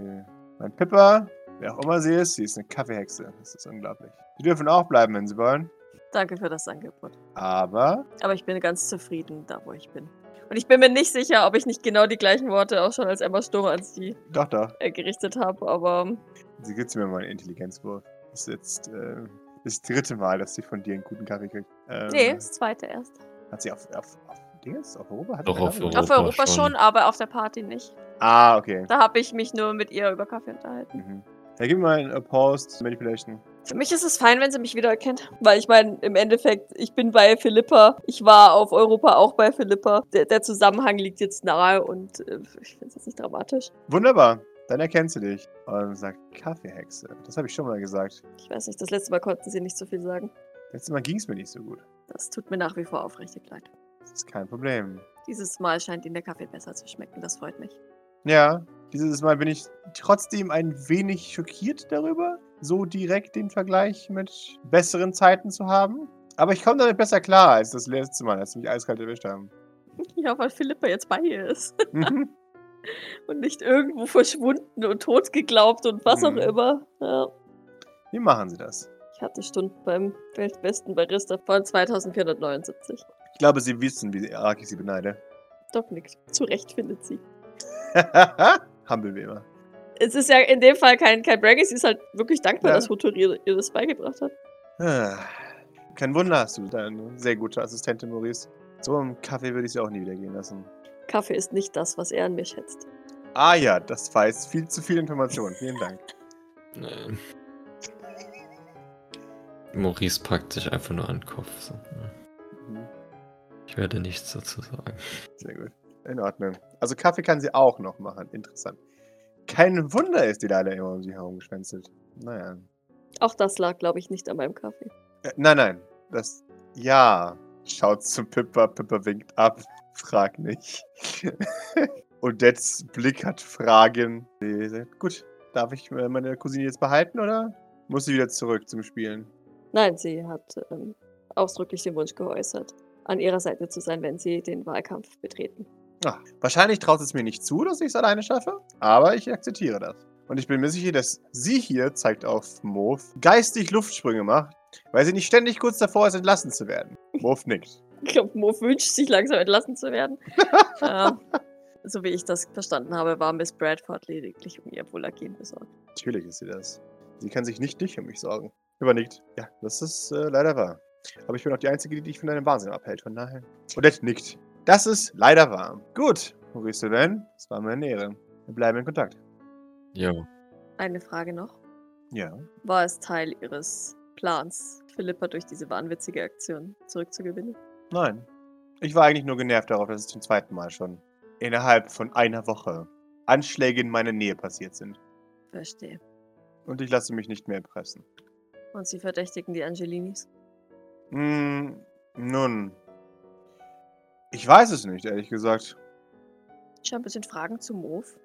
mein Pippa, wer auch immer sie ist, sie ist eine Kaffeehexe. Das ist unglaublich. Sie dürfen auch bleiben, wenn sie wollen. Danke für das Angebot. Aber, Aber ich bin ganz zufrieden da, wo ich bin. Und ich bin mir nicht sicher, ob ich nicht genau die gleichen Worte auch schon als Emma Sturm an sie doch, doch. äh, gerichtet habe, aber ähm, Sie gibt mir mal einen Intelligenzwurf. Das ist jetzt äh, das dritte Mal, dass sie von dir einen guten Kaffee kriegt. Ähm, nee, das zweite erst. Hat sie auf, auf, auf Dinges? Auf Europa? Hat Doch, sie auf Europa. Auf Europa schon. schon, aber auf der Party nicht. Ah, okay. Da habe ich mich nur mit ihr über Kaffee unterhalten. Mhm. Ja, gib mir mal einen äh, Post Manipulation. Für mich ist es fein, wenn sie mich wiedererkennt. Weil ich meine, im Endeffekt, ich bin bei Philippa. Ich war auf Europa auch bei Philippa. Der, der Zusammenhang liegt jetzt nahe und äh, ich finde es jetzt nicht dramatisch. Wunderbar. Dann erkennt sie dich und sagt Kaffeehexe. Das habe ich schon mal gesagt. Ich weiß nicht, das letzte Mal konnten sie nicht so viel sagen. Letztes Mal ging es mir nicht so gut. Das tut mir nach wie vor aufrichtig leid. Das ist kein Problem. Dieses Mal scheint ihnen der Kaffee besser zu schmecken, das freut mich. Ja, dieses Mal bin ich trotzdem ein wenig schockiert darüber, so direkt den Vergleich mit besseren Zeiten zu haben. Aber ich komme damit besser klar als das letzte Mal, als sie mich eiskalt erwischt haben. Ja, weil Philippa jetzt bei ihr ist Mhm. und nicht irgendwo verschwunden und tot geglaubt und was Mhm. auch immer. Ja. Wie machen sie das? Ich hatte Stunden beim weltbesten Barista von 2479. Ich glaube, sie wissen, wie arg ich sie beneide. Doc nickt. Zu Recht findet sie. Haha, Humble wie immer. Es ist ja in dem Fall kein, kein Braggy, sie ist halt wirklich dankbar, Ja. dass Hutur ihr, ihr das beigebracht hat. Ah, Kein Wunder hast du deine sehr gute Assistentin, Maurice. So im Kaffee würde ich sie auch nie wieder gehen lassen. Kaffee ist nicht das, was er an mir schätzt. Ah ja, das war jetzt viel zu viel Information. Vielen Dank. Nee. Maurice packt sich einfach nur an den Kopf. So. ne? Mhm, Ich werde nichts dazu sagen. Sehr gut. In Ordnung. Also Kaffee kann sie auch noch machen. Interessant. Kein Wunder ist die leider immer um sie herumgeschwänzelt. Naja. Auch das lag, glaube ich, nicht an meinem Kaffee. Äh, nein, nein. Das. Ja. Schaut zu Pippa. Pippa winkt ab. Frag nicht. Und Dets Blick hat Fragen. Sie sagt, gut, darf ich äh, meine Cousine jetzt behalten oder muss sie wieder zurück zum Spielen? Nein, sie hat ähm, ausdrücklich den Wunsch geäußert, an ihrer Seite zu sein, wenn sie den Wahlkampf betreten. Ah, wahrscheinlich traut es mir nicht zu, dass ich es alleine schaffe, aber ich akzeptiere das. Und ich bin mir sicher, dass sie hier, zeigt auf Mof, geistig Luftsprünge macht, weil sie nicht ständig kurz davor ist, entlassen zu werden. Mof nickt. Ich glaube, Mo wünscht sich langsam entlassen zu werden. ja. So wie ich das verstanden habe, war Miss Bradford lediglich um ihr Wohlergehen besorgt. Natürlich ist sie das. Sie kann sich nicht nicht um mich sorgen. Übernickt. Ja, das ist äh, leider wahr. Aber ich bin auch die Einzige, die dich von deinem Wahnsinn abhält, von daher. Odette nickt. Das ist leider wahr. Gut, Maurice Sylvain, es war mir eine Ehre. Wir bleiben in Kontakt. Ja. Eine Frage noch. Ja. War es Teil ihres Plans, Philippa durch diese wahnwitzige Aktion zurückzugewinnen? Nein. Ich war eigentlich nur genervt darauf, dass es zum zweiten Mal schon innerhalb von einer Woche Anschläge in meiner Nähe passiert sind. Verstehe. Und ich lasse mich nicht mehr erpressen. Und sie verdächtigen die Angelinis? Hm, nun. Ich weiß es nicht, ehrlich gesagt. Ich habe ein bisschen Fragen zu Mof.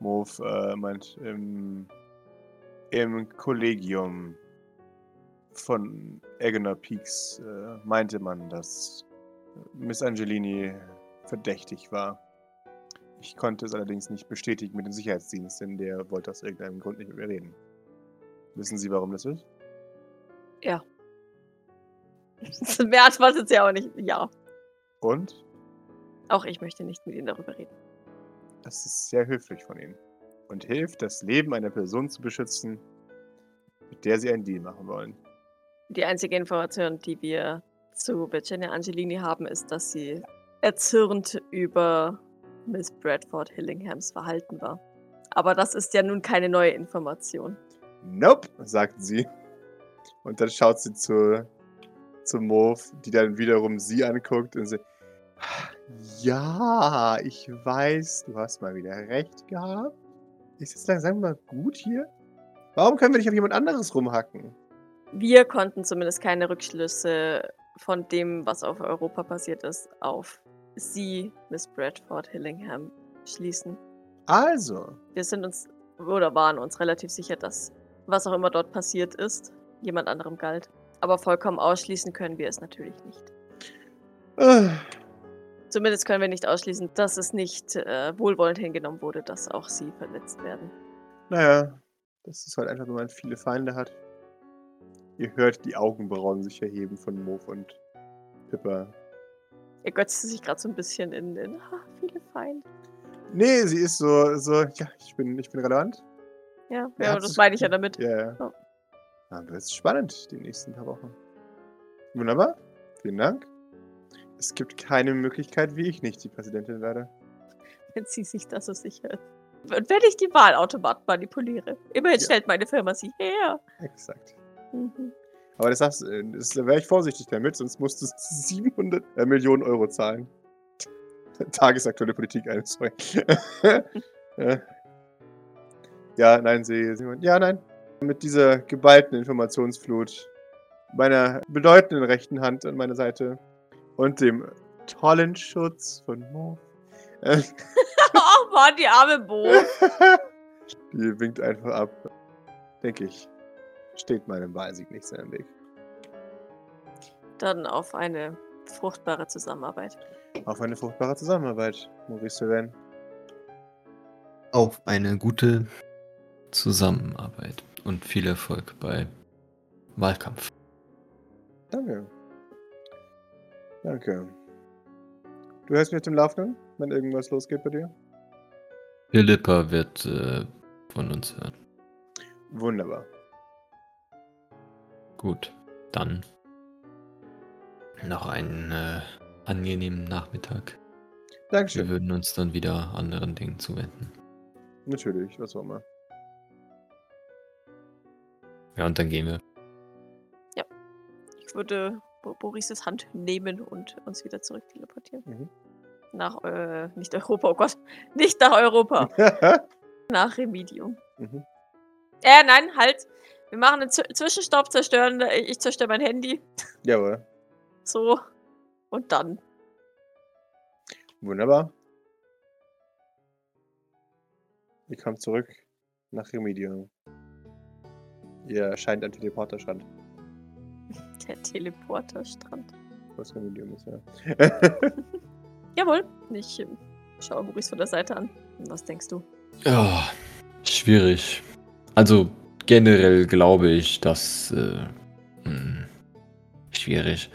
Mof äh, meint im, im Kollegium von Egener Peaks äh, meinte man, dass Miss Angelini verdächtig war. Ich konnte es allerdings nicht bestätigen mit dem Sicherheitsdienst, denn der wollte aus irgendeinem Grund nicht mit mir reden. Wissen Sie, warum das ist? Mehr antwortet sie auch nicht. Ja, Und? auch ich möchte nicht mit ihnen darüber reden. Das ist sehr höflich von Ihnen und hilft, das Leben einer Person zu beschützen, mit der Sie einen Deal machen wollen. Die einzige Information, die wir zu Virginia Angelini haben, ist, dass sie erzürnt über Miss Bradford Hillinghams Verhalten war. Aber das ist ja nun keine neue Information. Nope, sagt sie. Und dann schaut sie zu, zu Move, die dann wiederum sie anguckt und sie. Ja, ich weiß, du hast mal wieder recht gehabt. Ist jetzt langsam mal gut hier? Warum können wir nicht auf jemand anderes rumhacken? Wir konnten zumindest keine Rückschlüsse von dem, was auf Europa passiert ist, auf sie, Miss Bradford Hillingham, schließen. Also, Wir sind uns oder waren uns relativ sicher, dass was auch immer dort passiert ist, jemand anderem galt. Aber vollkommen ausschließen können wir es natürlich nicht. äh, Zumindest können wir nicht ausschließen, dass es nicht äh, wohlwollend hingenommen wurde, dass auch sie verletzt werden. naja, das ist halt einfach, wenn man viele Feinde hat. Ihr hört die Augenbrauen sich erheben von Move und Pippa. Er götzte sich gerade so ein bisschen in, in ah, viele Feinde. Nee, sie ist so, so, ja, ich bin, ich bin relevant. Ja, Er ja, hat das es meine ich ja gekriegt. damit. Ja, ja. Ja. Dann wird es spannend die nächsten paar Wochen. Wunderbar. Vielen Dank. Es gibt keine Möglichkeit, wie ich nicht die Präsidentin werde. Wenn sie sich das so sicher ist. Und wenn ich die Wahlautomaten manipuliere. Immerhin Ja. stellt meine Firma sie her. Exakt. Mhm. Aber das, darfst- äh, das wäre ich vorsichtig damit, sonst musst du 700 äh, Millionen Euro zahlen. Tagesaktuelle Politik, eine, sorry. Äh, ja, nein, sie, sie ja, nein. Mit dieser geballten Informationsflut meiner bedeutenden rechten Hand an meiner Seite und dem tollen Schutz von Mo. Äh, oh Mann, die arme Bo. die winkt einfach ab. Denke ich, steht meinem Wahlsieg nichts in den Weg. Dann auf eine fruchtbare Zusammenarbeit. Auf eine fruchtbare Zusammenarbeit, Maurice Sylvain. Auf eine gute Zusammenarbeit und viel Erfolg bei Wahlkampf. Danke. Danke. Du hörst mich auf dem Laufenden, wenn irgendwas losgeht bei dir? Philippa wird äh, von uns hören. Wunderbar. Gut, dann noch einen äh, angenehmen Nachmittag. Wir Dankeschön. Mhm. würden uns dann wieder anderen Dingen zuwenden. Natürlich, was auch immer. Ja, und dann gehen wir. Ich würde Bo- Borises Hand nehmen und uns wieder zurück teleportieren. Mhm. Nach, äh, nicht Europa, oh Gott. Nicht nach Europa. nach Remedium. Mhm. Äh, nein, halt. Wir machen einen Z Zwischenstopp, zerstören. äh, Ich zerstöre mein Handy. Jawohl. So. Und dann. Wunderbar. Ihr kommt zurück nach Remedium. Ihr erscheint am Teleporterstand, Der Teleporterstrand. was Remedium ist, ja. Jawohl. Ich ähm, schaue Boris von der Seite an. Was denkst du? Ja, schwierig. Also generell glaube ich, dass... Äh, mh, schwierig.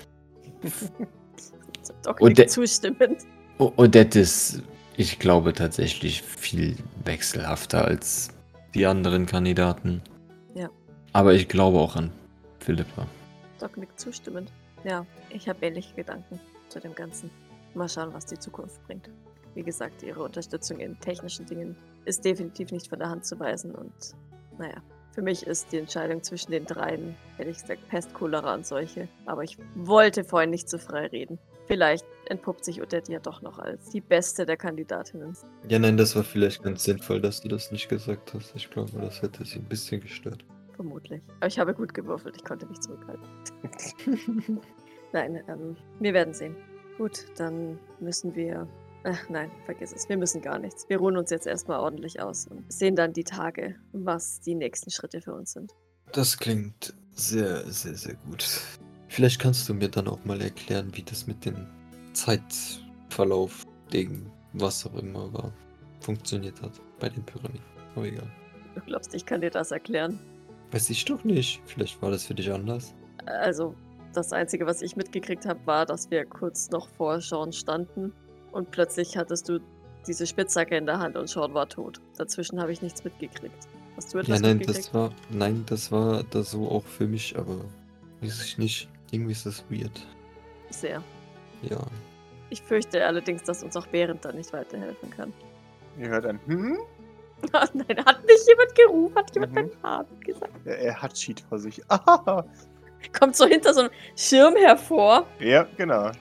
Doc Und nickt der- zustimmend. O- Odette ist, ich glaube, tatsächlich viel wechselhafter als die anderen Kandidaten. Ja. Aber ich glaube auch an Philippa. Doc nickt zustimmend. Ja, ich habe ähnliche Gedanken zu dem Ganzen. Mal schauen, was die Zukunft bringt. Wie gesagt, ihre Unterstützung in technischen Dingen ist definitiv nicht von der Hand zu weisen. Und naja, für mich ist die Entscheidung zwischen den dreien, ehrlich gesagt, Pest, Cholera und solche. Aber ich wollte vorhin nicht zu frei reden. Vielleicht entpuppt sich Odette ja doch noch als die beste der Kandidatinnen. Ja, nein, das war vielleicht ganz sinnvoll, dass du das nicht gesagt hast. Ich glaube, das hätte sie ein bisschen gestört. Vermutlich. Aber ich habe gut gewürfelt, ich konnte mich zurückhalten. nein, ähm, wir werden sehen. Gut, dann müssen wir. Ach nein, vergiss es. Wir müssen gar nichts. Wir ruhen uns jetzt erstmal ordentlich aus und sehen dann die Tage, was die nächsten Schritte für uns sind. Das klingt sehr, sehr, sehr gut. Vielleicht kannst du mir dann auch mal erklären, wie das mit dem Zeitverlauf, Ding, was auch immer war, funktioniert hat bei den Pyramiden. Aber egal. Du glaubst, ich kann dir das erklären. Weiß ich doch nicht. Vielleicht war das für dich anders. Also, das Einzige, was ich mitgekriegt habe, war, dass wir kurz noch vor Sean standen und plötzlich hattest du diese Spitzhacke in der Hand und Sean war tot. Dazwischen habe ich nichts mitgekriegt. Hast du Ja, etwas nein, mitgekriegt? das war, nein, das war da so auch für mich, aber weiß ich nicht. Irgendwie ist das weird. Sehr. Ja. Ich fürchte allerdings, dass uns auch Behrend da nicht weiterhelfen kann. Ihr hört ein Hm? Oh nein, hat mich jemand gerufen? Hat jemand Mhm. meinen Namen gesagt? Er, er hat Cheat vor sich. Ah, Kommt so hinter so einem Schirm hervor. ja, genau.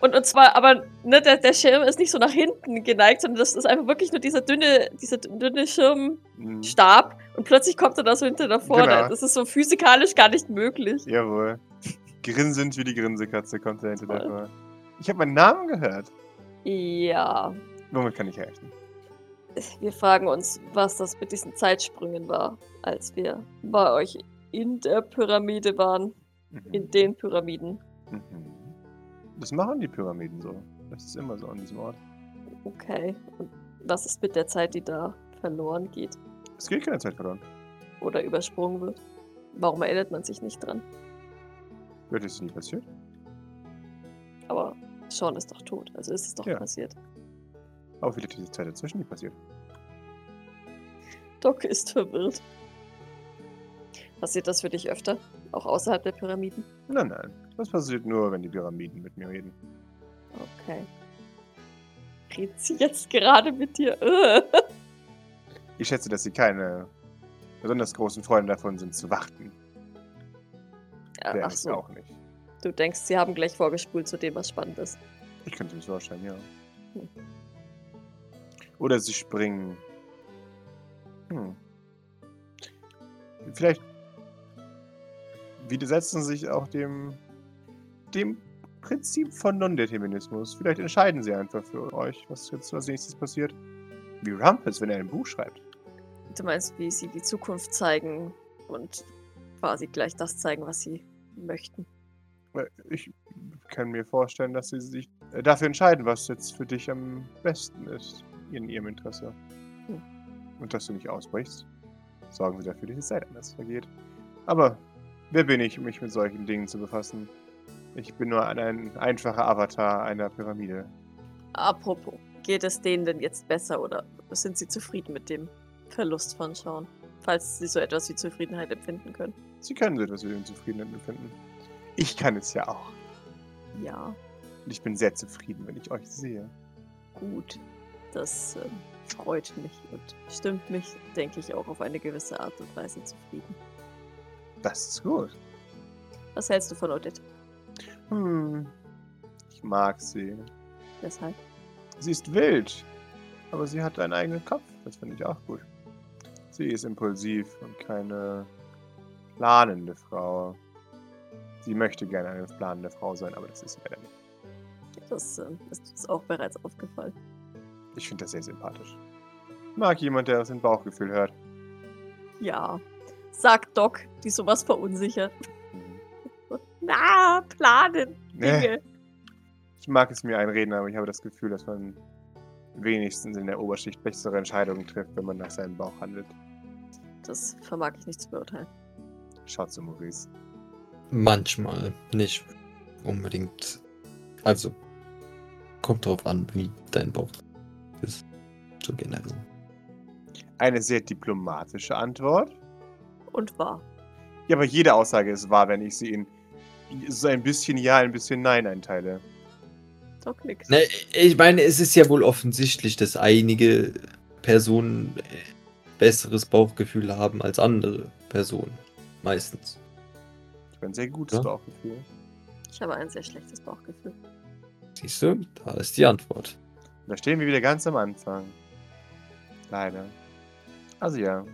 Und, und zwar, aber ne, der, der Schirm ist nicht so nach hinten geneigt, sondern das ist einfach wirklich nur dieser dünne, dieser dünne Schirmstab. Hm, Und plötzlich kommt er da so hinter da vorne. Genau. Das ist so physikalisch gar nicht möglich. Jawohl. Grinsend wie die Grinsekatze kommt er hinter Toll. davor. Ich habe meinen Namen gehört. Ja. Womit kann ich helfen? Wir fragen uns, was das mit diesen Zeitsprüngen war, als wir bei euch in der Pyramide waren. Mhm. In den Pyramiden. Mhm. Das machen die Pyramiden so. Das ist immer so an diesem Ort. Okay. Und was ist mit der Zeit, die da verloren geht Es geht keine Zeit verloren. oder übersprungen wird? Warum erinnert man sich nicht dran? Wird es nie passiert? Aber Sean ist doch tot, also ist es doch Ja. passiert. Aber vielleicht ist die Zeit dazwischen nie passiert. Doc ist verwirrt. Passiert das für dich öfter? Auch außerhalb der Pyramiden? Nein, nein. Das passiert nur, wenn die Pyramiden mit mir reden. Okay. Redet sie jetzt gerade mit dir? Äh. Ich schätze, dass sie keine besonders großen Freunde davon sind, zu warten. Ja, Wäre Ach ich so, auch nicht. du denkst, sie haben gleich vorgespult zu dem, was spannend ist. Ich könnte mich vorstellen, ja. Hm. Oder sie springen. Hm. Vielleicht widersetzen sie sich auch dem, dem Prinzip von Nondeterminismus. Vielleicht entscheiden sie einfach für euch, was jetzt als nächstes passiert. Wie Rumpus, wenn er ein Buch schreibt. Du meinst, wie sie die Zukunft zeigen und quasi gleich das zeigen, was sie möchten? Weil Ich kann mir vorstellen, dass sie sich äh, dafür entscheiden, was jetzt für dich am besten ist, in ihrem Interesse. Hm. Und dass du nicht ausbrichst, sorgen sie dafür, dass die Zeit anders vergeht. Aber wer bin ich, um mich mit solchen Dingen zu befassen? Ich bin nur ein- ein einfacher Avatar einer Pyramide. Apropos, geht es denen denn jetzt besser oder sind sie zufrieden mit dem Verlust von Sean. Falls sie so etwas wie Zufriedenheit empfinden können. Sie können so etwas wie Unzufriedenheit empfinden. Ich kann es ja auch. Ja, Und ich bin sehr zufrieden, wenn ich euch sehe. gut. Das ähm, freut mich und stimmt mich, denke ich, auch auf eine gewisse Art und Weise zufrieden. Das ist gut. Was hältst du von Odette? Hm. Ich mag sie. Deshalb? Sie ist wild, aber sie hat einen eigenen Kopf. Das finde ich auch gut. Sie ist impulsiv und keine planende Frau. Sie möchte gerne eine planende Frau sein, aber das ist sie leider nicht. Das ähm, ist uns auch bereits aufgefallen. Ich finde das sehr sympathisch. Mag jemand, der auf sein Bauchgefühl hört. Ja, sagt Doc, die sowas verunsichert. Na, planen, Nee, Dinge. ich mag es mir einreden, aber ich habe das Gefühl, dass man wenigstens in der Oberschicht bessere Entscheidungen trifft, wenn man nach seinem Bauch handelt. Das vermag ich nicht zu beurteilen. Schaut zu Maurice. Manchmal, nicht unbedingt. Also, kommt drauf an, wie dein Bauch ist. So generell. Eine sehr diplomatische Antwort. Und wahr. Ja, aber jede Aussage ist wahr, wenn ich sie in so ein bisschen Ja, ein bisschen Nein einteile. Doc nickt. Ne, ich meine, es ist ja wohl offensichtlich, dass einige Personen äh, besseres Bauchgefühl haben als andere Personen. Meistens. Ich bin ein sehr gutes Ja. Bauchgefühl. Ich habe ein sehr schlechtes Bauchgefühl. Siehst du? Da ist die Antwort. Da stehen wir wieder ganz am Anfang. Leider. Also ja,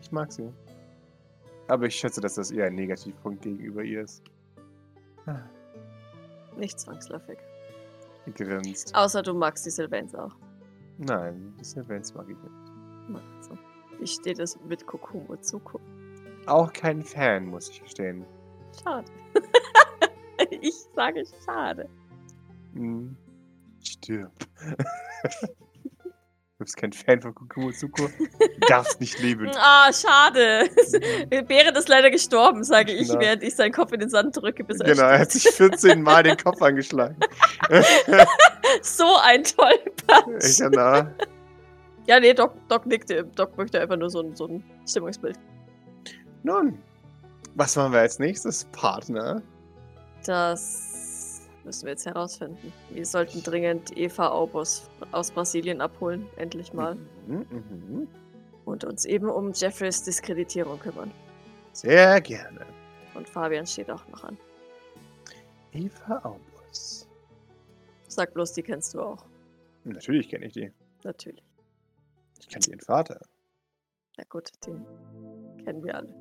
ich mag sie. Aber ich schätze, dass das eher ein Negativpunkt gegenüber ihr ist. Ah, Nicht zwangsläufig. sie Grinst. Außer du magst die Sylvains auch. Nein, das Events mag ich nicht. Na, Also, wie steht es mit Kokumo Zuko? Auch kein Fan, muss ich gestehen. Schade. ich sage schade. Hm. Stirb. du bist kein Fan von Kukumotsuko. Du darfst nicht leben. Hm. Ah, schade. Bären ist leider gestorben, sage ich, Genau. während ich seinen Kopf in den Sand drücke, bis er Genau, er hat sich 14 Mal den Kopf angeschlagen. stirbt. So ein Ich Tollpatsch. sag, na, Ja, nee, Doc, Doc nickte. Doc möchte einfach nur so ein, so ein Stimmungsbild. nun, was machen wir als nächstes, Partner? Das müssen wir jetzt herausfinden. Wir sollten dringend Eva Aubos aus Brasilien abholen, endlich mal. Mhm, mhm. Und uns eben um Jeffreys Diskreditierung kümmern. Sehr gerne. Und Fabian steht auch noch an. Eva Aubus. Sag bloß, die kennst du auch. Natürlich kenne ich die. Natürlich. Ich kenne ihren Vater. Na gut, den kennen wir alle.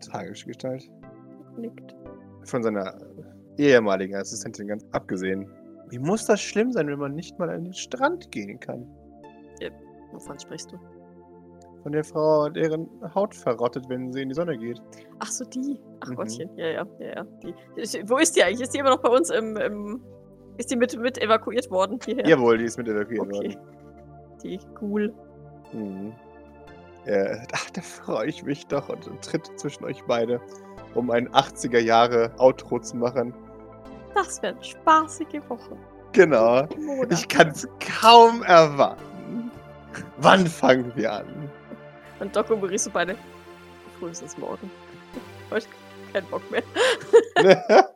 Tragische Gestalt. Nickt. Von seiner äh, ehemaligen Assistentin ganz abgesehen. Wie muss das schlimm sein, wenn man nicht mal an den Strand gehen kann? Wovon sprichst du? Von der Frau, deren Haut verrottet, wenn sie in die Sonne geht. Ach so, die. Ach Mhm. Gottchen. Ja, ja, ja, ja. Die. Ist- Wo ist die eigentlich? Ist die immer noch bei uns im. im ist die mit, mit evakuiert worden hierher? Jawohl, die ist mit evakuiert okay. worden. Die cool. Mhm. Er, ach, da freue ich mich doch und tritt zwischen euch beide, um ein 80er Jahre Outro zu machen. Das wäre eine spaßige Woche. Genau. Monat. Ich kann es kaum erwarten. Wann fangen wir an? Und Doc und Maurice beide. Frühestens morgen. Heute kein Bock mehr.